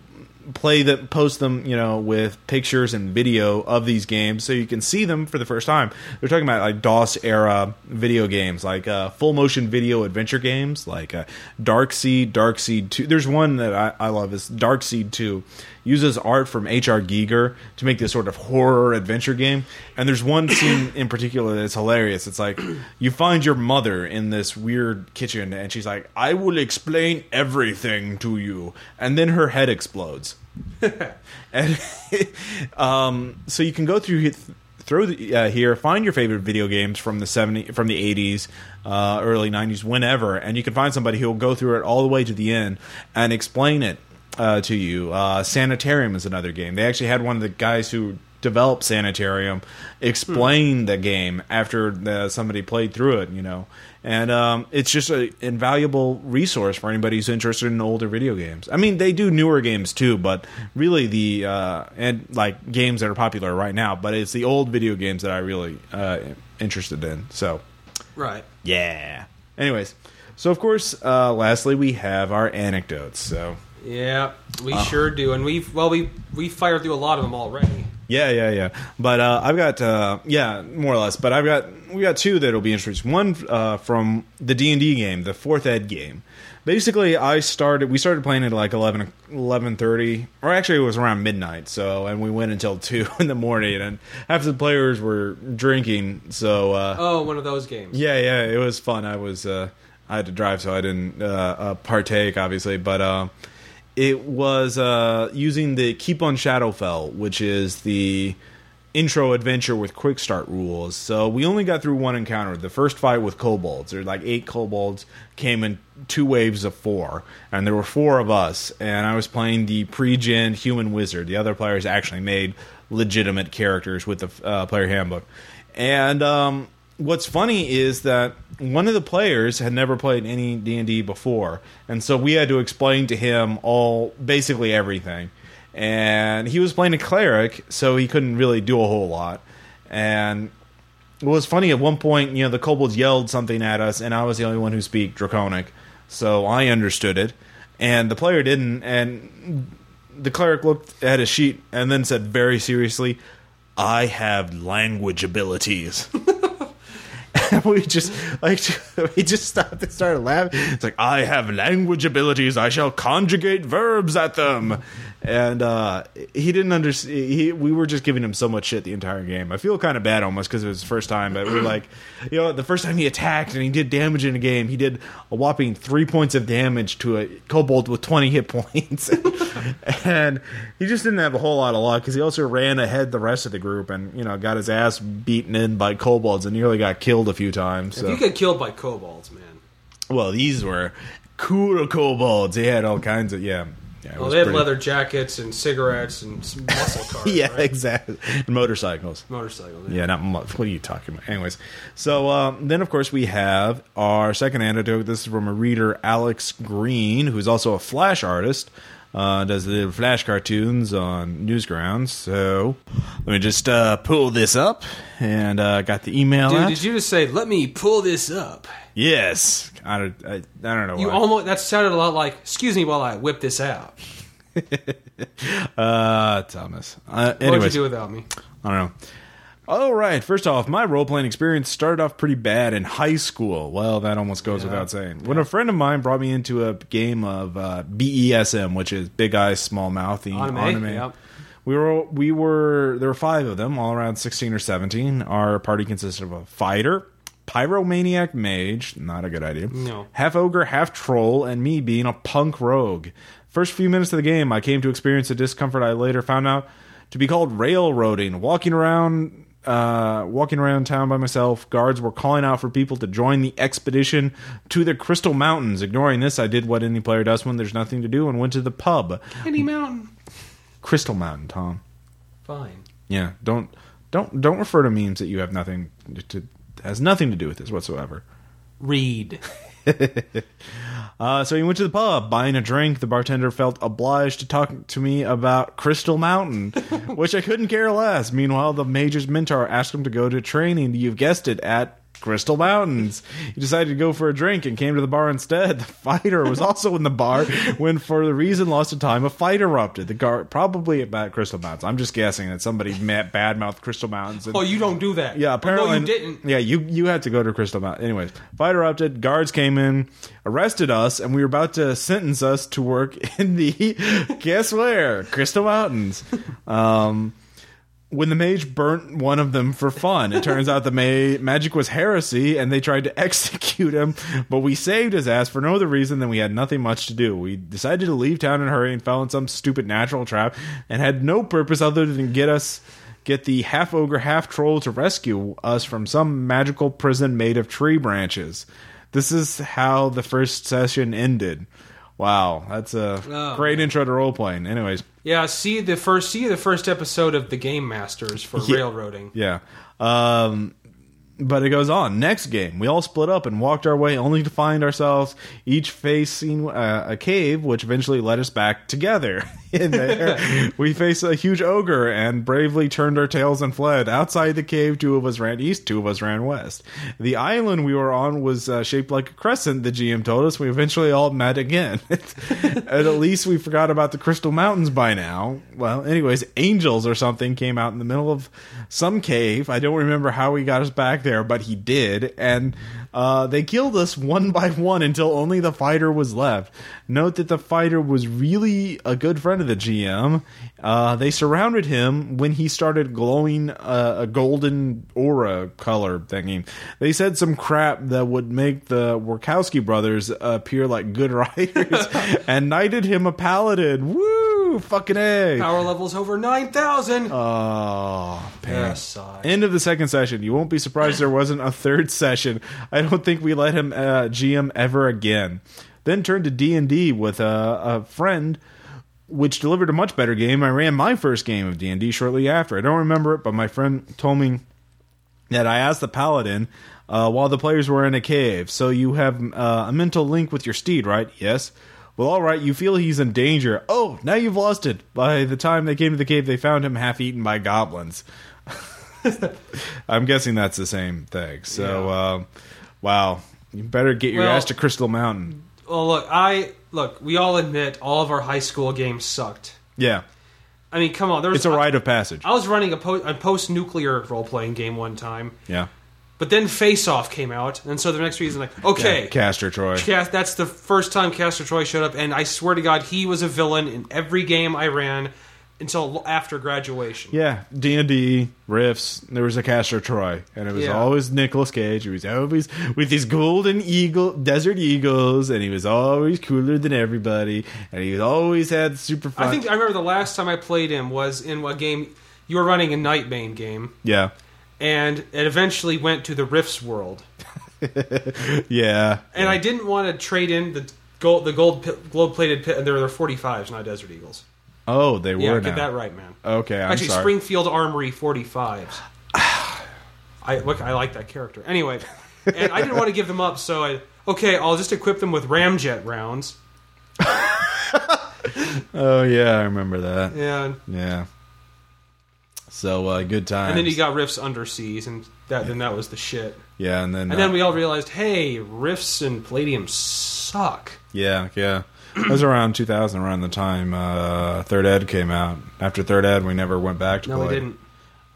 S1: play that post them you know with pictures and video of these games so you can see them for the first time they're talking about like dos era video games like uh, full motion video adventure games like uh, dark seed dark seed 2 there's one that i, I love is dark seed 2 uses art from hr giger to make this sort of horror adventure game and there's one scene in particular that's hilarious it's like you find your mother in this weird kitchen and she's like i will explain everything to you and then her head explodes and um, so you can go through he- through the, uh, here, find your favorite video games from the seventy, from the eighties, uh, early nineties, whenever, and you can find somebody who will go through it all the way to the end and explain it uh, to you. Uh, Sanitarium is another game. They actually had one of the guys who developed Sanitarium explain the game after the, somebody played through it. You know. And um, it's just an invaluable resource for anybody who's interested in older video games. I mean, they do newer games too, but really the uh, and like games that are popular right now. But it's the old video games that I really uh, am interested in. So
S2: Right.
S1: yeah. Anyways, so of course, uh, lastly we have our anecdotes. So
S2: Yeah, we sure do, and we've well we we fired through a lot of them already.
S1: Yeah, yeah, yeah. But uh, I've got uh, yeah, more or less. But I've got we got two that'll be interesting. One uh, from the D and D game, the fourth ed game. Basically, I started. We started playing at like 11, 11.30, or actually it was around midnight. So, and we went until two in the morning, and half the players were drinking. So, uh,
S2: Oh, one of those games.
S1: yeah, yeah, it was fun. I was uh, I had to drive, so I didn't uh, uh, partake, obviously. But uh, it was uh, using the Keep on Shadowfell, which is the intro adventure with quick start rules. So we only got through one encounter. The first fight with kobolds. There were like eight kobolds came in two waves of four, and there were four of us. And I was playing the pre-gen human wizard. The other players actually made legitimate characters with the uh, player handbook. And um, what's funny is that one of the players had never played any D&D before, and so we had to explain to him all basically everything. And he was playing a cleric, so he couldn't really do a whole lot. And it was funny at one point, you know, the kobolds yelled something at us, and I was the only one who speak draconic, so I understood it, and the player didn't. And the cleric looked at his sheet and then said very seriously, "I have language abilities." And we just like we just stopped and started laughing. It's like I have language abilities. I shall conjugate verbs at them. And uh, he didn't understand. He, we were just giving him so much shit the entire game. I feel kind of bad almost because it was his first time. But we were like, you know, the first time he attacked and he did damage in a game, he did a whopping three points of damage to a kobold with twenty hit points, and he just didn't have a whole lot of luck because he also ran ahead the rest of the group and you know got his ass beaten in by kobolds and nearly got killed a few times. So.
S2: You get killed by kobolds, man.
S1: Well, these were cool kobolds. They had all kinds of yeah. yeah it
S2: Well,
S1: was
S2: they had
S1: pretty-
S2: leather jackets and cigarettes and some muscle cars.
S1: Yeah,
S2: right?
S1: exactly. And motorcycles.
S2: motorcycles.
S1: Yeah, not much. What are you talking about? Anyways, so um, then of course we have our second anecdote. This is from a reader, Alex Green, who's also a Flash artist. uh, does the little flash cartoons on Newsgrounds. So let me just uh, pull this up, and uh, got the email.
S2: Dude,
S1: out.
S2: did you just say, let me pull this up?
S1: yes, I, don't- I, I don't know.
S2: You
S1: why.
S2: almost, that sounded a lot like, excuse me while I whip this out.
S1: uh, Thomas. Uh,
S2: What would
S1: anyways,
S2: you do without me?
S1: I don't know. All right. First off, my role playing experience started off pretty bad in high school. Well, that almost goes without saying. When a friend of mine brought me into a game of uh, BESM, which is Big Eyes Small Mouth, the
S2: Anime,
S1: anime.
S2: yep.
S1: We were we were there were five of them, all around sixteen or seventeen. Our party consisted of a fighter, pyromaniac mage, not a good idea.
S2: No.
S1: Half ogre, half troll, and me being a punk rogue. First few minutes of the game, I came to experience a discomfort I later found out to be called railroading. Walking around, uh, walking around town by myself, guards were calling out for people to join the expedition to the Crystal Mountains. Ignoring this, I did what any player does when there's nothing to do and went to the pub,
S2: Candy Mountain.
S1: Crystal Mountain. Tom,
S2: Fine.
S1: yeah, don't don't don't refer to memes that you have nothing to has nothing to do with this whatsoever.
S2: Read.
S1: Uh, so he went to the pub buying a drink. The bartender felt obliged to talk to me about Crystal Mountain, which I couldn't care less. Meanwhile, the major's mentor asked him to go to training. You've guessed it, at Crystal Mountains. He decided to go for a drink and came to the bar instead. The fighter was also in the bar when, for the reason lost to time, a fight erupted. The guard probably about Crystal Mountains. I'm just guessing that somebody met badmouth Crystal Mountains. And,
S2: Oh, you don't do that.
S1: yeah, apparently
S2: No, you didn't.
S1: Yeah, you you had to go to Crystal Mountain. Anyways, fight erupted. Guards came in, arrested us, and we were about to sentence us to work in the guess where Crystal Mountains. Um, when the mage burnt one of them for fun, it turns out the ma- magic was heresy, and they tried to execute him. But we saved his ass for no other reason than we had nothing much to do. We decided to leave town in a hurry and fell in some stupid natural trap, and had no purpose other than get us get the half ogre, half troll to rescue us from some magical prison made of tree branches. This is how the first session ended. Wow, that's a
S2: Oh,
S1: great intro to role playing. Anyways,
S2: Yeah, see the first see the first episode of the Game Masters for railroading.
S1: yeah. Um, but it goes on. Next game, we all split up and walked our way, only to find ourselves each facing uh, a cave, which eventually led us back together. In there, we faced a huge ogre and bravely turned our tails and fled. Outside the cave, two of us ran east, two of us ran west. The island we were on was uh, shaped like a crescent. The GM told us. We eventually all met again. and at least we forgot about the Crystal Mountains by now. Well, anyways, angels or something came out in the middle of some cave. I don't remember how he got us back there, but he did. And uh, they killed us one by one until only the fighter was left. Note that the fighter was really a good friend of the GM. Uh, they surrounded him when he started glowing uh, a golden aura color thingy. They said some crap that would make the Warkowski brothers appear like good writers and knighted him a paladin. Woo! Fucking A.
S2: Power levels over nine thousand.
S1: Uh. Oh,
S2: Yes,
S1: pants.
S2: sigh.
S1: End of the second session. You won't be surprised there wasn't a third session. I don't think we let him uh, GM ever again. Then turned to D and D with a, a friend, which delivered a much better game. I ran my first game of D and D shortly after. I don't remember it, but my friend told me that I asked the paladin uh, while the players were in a cave. So you have uh, a mental link with your steed, right? Yes. Well, all right. You feel he's in danger. Oh, now you've lost it. By the time they came to the cave, they found him half eaten by goblins. I'm guessing that's the same thing. So, uh, wow, you better get your
S2: Well-
S1: ass to Crystal Mountain.
S2: Well, look, I look. We all admit all of our high school games sucked.
S1: Yeah,
S2: I mean, come on. There was,
S1: it's a
S2: I-
S1: rite of passage.
S2: I was running a, po- a post-nuclear role-playing game one time,
S1: yeah,
S2: but then Face Off came out, and so the next reason, like, okay,
S1: yeah. Caster Troy.
S2: Cas- that's the first time Castor Troy showed up, and I swear to God, he was a villain in every game I ran until l- after graduation.
S1: Yeah, D and D riffs. There was a Castor Troy, and it was
S2: Yeah.
S1: always Nicolas Cage. He was always with his golden eagle, desert eagles, and he was always cooler than everybody, and he always had super fun.
S2: I think I remember the last time I played him was in a game you were running a Nightbane game,
S1: yeah,
S2: and it eventually went to the Rifts world,
S1: yeah,
S2: and I didn't want to trade in the gold, the gold pi- gold-plated pit, and there were 45s, not Desert Eagles.
S1: oh, they
S2: Yeah,
S1: were
S2: get
S1: now.
S2: that right, man.
S1: Okay, I'm
S2: Actually,
S1: sorry.
S2: Springfield Armory 45s. I look, I like that character. Anyway, and I didn't want to give them up, so I okay, I'll just equip them with ramjet rounds.
S1: Oh yeah, I remember that. Yeah.
S2: Yeah,
S1: So uh, good times.
S2: and then you got Rifts Underseas, and that then that was the shit.
S1: yeah, and then uh,
S2: And then we all realized, hey, Rifts and Palladium suck.
S1: Yeah, yeah. It was around 2000, around the time uh, Third Ed came out. After Third Ed, we never went back to
S2: No,
S1: play.
S2: we didn't.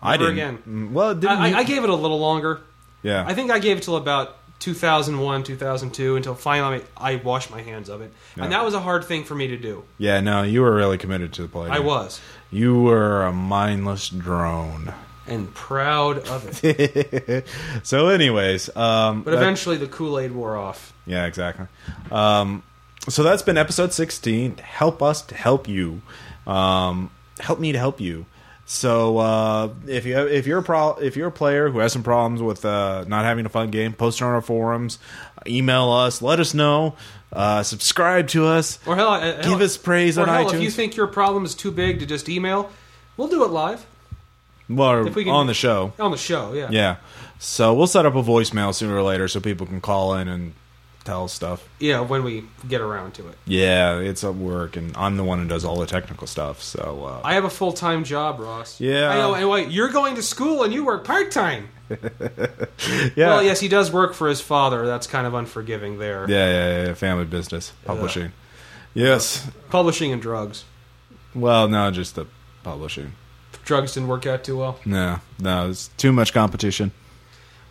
S1: I
S2: Never
S1: didn't.
S2: again.
S1: Mm, Well, didn't
S2: I,
S1: you-
S2: I, I gave it a little longer.
S1: yeah.
S2: I think I gave it till about 2001, 2002, until finally I washed my hands of it, and
S1: Yeah.
S2: that was a hard thing for me to do.
S1: yeah, no, you were really committed to the play.
S2: I was,
S1: You were a mindless drone.
S2: and proud of it.
S1: so, anyways, um,
S2: But
S1: that-
S2: eventually, the Kool Aid wore off.
S1: Yeah, exactly. Um, so that's been episode 16. Help us to help you. Um, help me to help you. So uh, if you have, if you're a pro, if you're a player who has some problems with uh, not having a fun game, post it on our forums, email us, let us know, uh, subscribe to us.
S2: Or hell, uh, hell-
S1: Give us praise
S2: or
S1: on
S2: hell, If
S1: iTunes.
S2: you think your problem is too big to just email, we'll do it live
S1: Well,
S2: if we can-
S1: on the show,
S2: on the show. Yeah,
S1: yeah. So we'll set up a voicemail sooner or later so people can call in and tell us stuff.
S2: Yeah, when we get around to it.
S1: Yeah, it's at work, and I'm the one who does all the technical stuff. So uh,
S2: I have a full time job, Ross.
S1: Yeah.
S2: I know. And wait, you're going to school and you work part time.
S1: yeah,
S2: Well, yes, he does work for his father. That's kind of unforgiving there.
S1: Yeah, yeah, yeah. Family business publishing. Yes.
S2: Publishing and drugs.
S1: Well, no, just the publishing.
S2: Drugs didn't work out too well.
S1: No, no, it's too much competition.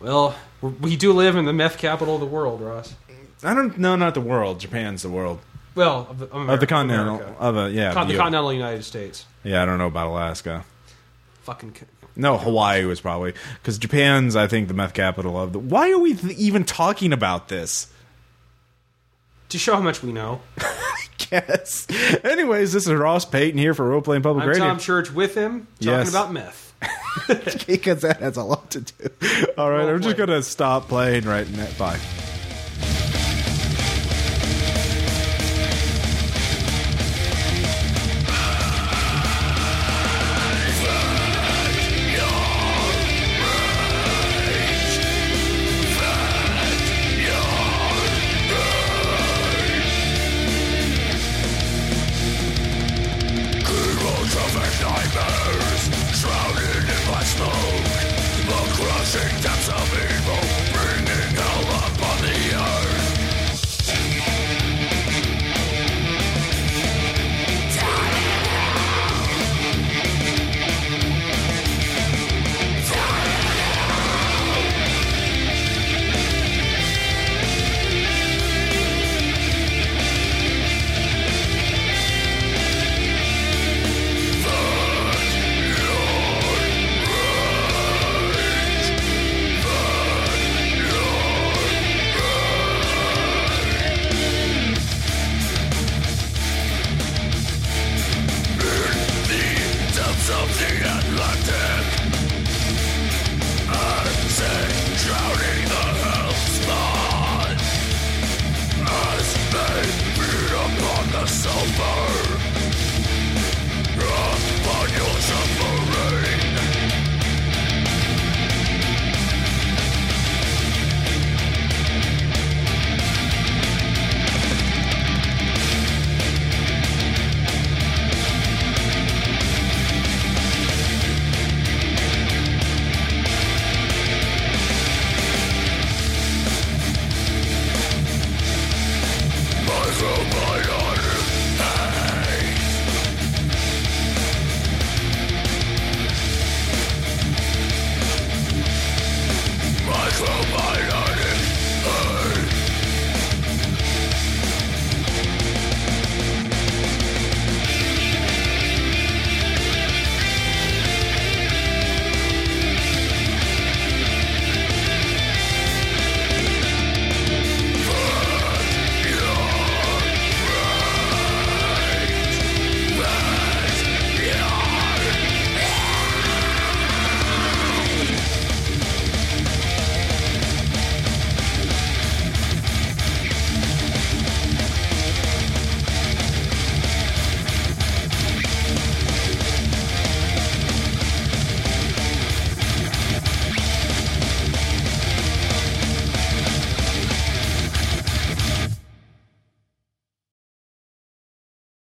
S2: Well, we're- we do live in the meth capital of the world, Ross.
S1: I don't. No, not the world. Japan's the world
S2: Well, of the, of
S1: of
S2: America-
S1: the continental
S2: America.
S1: of a yeah.
S2: Con-
S1: of
S2: the
S1: you.
S2: continental United States.
S1: yeah, I don't know about Alaska.
S2: Fucking. c-
S1: No, Hawaii was probably because Japan's. I think the meth capital of the. Why are we th- even talking about this?
S2: To show how much we know,
S1: Yes. Anyways, this is Ross Payton here for Role Playing Public
S2: I'm
S1: Radio
S2: Tom Church with him talking
S1: Yes.
S2: about meth.
S1: because that has a lot to do. All right, I'm just
S2: Role-playing.
S1: gonna stop playing right now. Bye.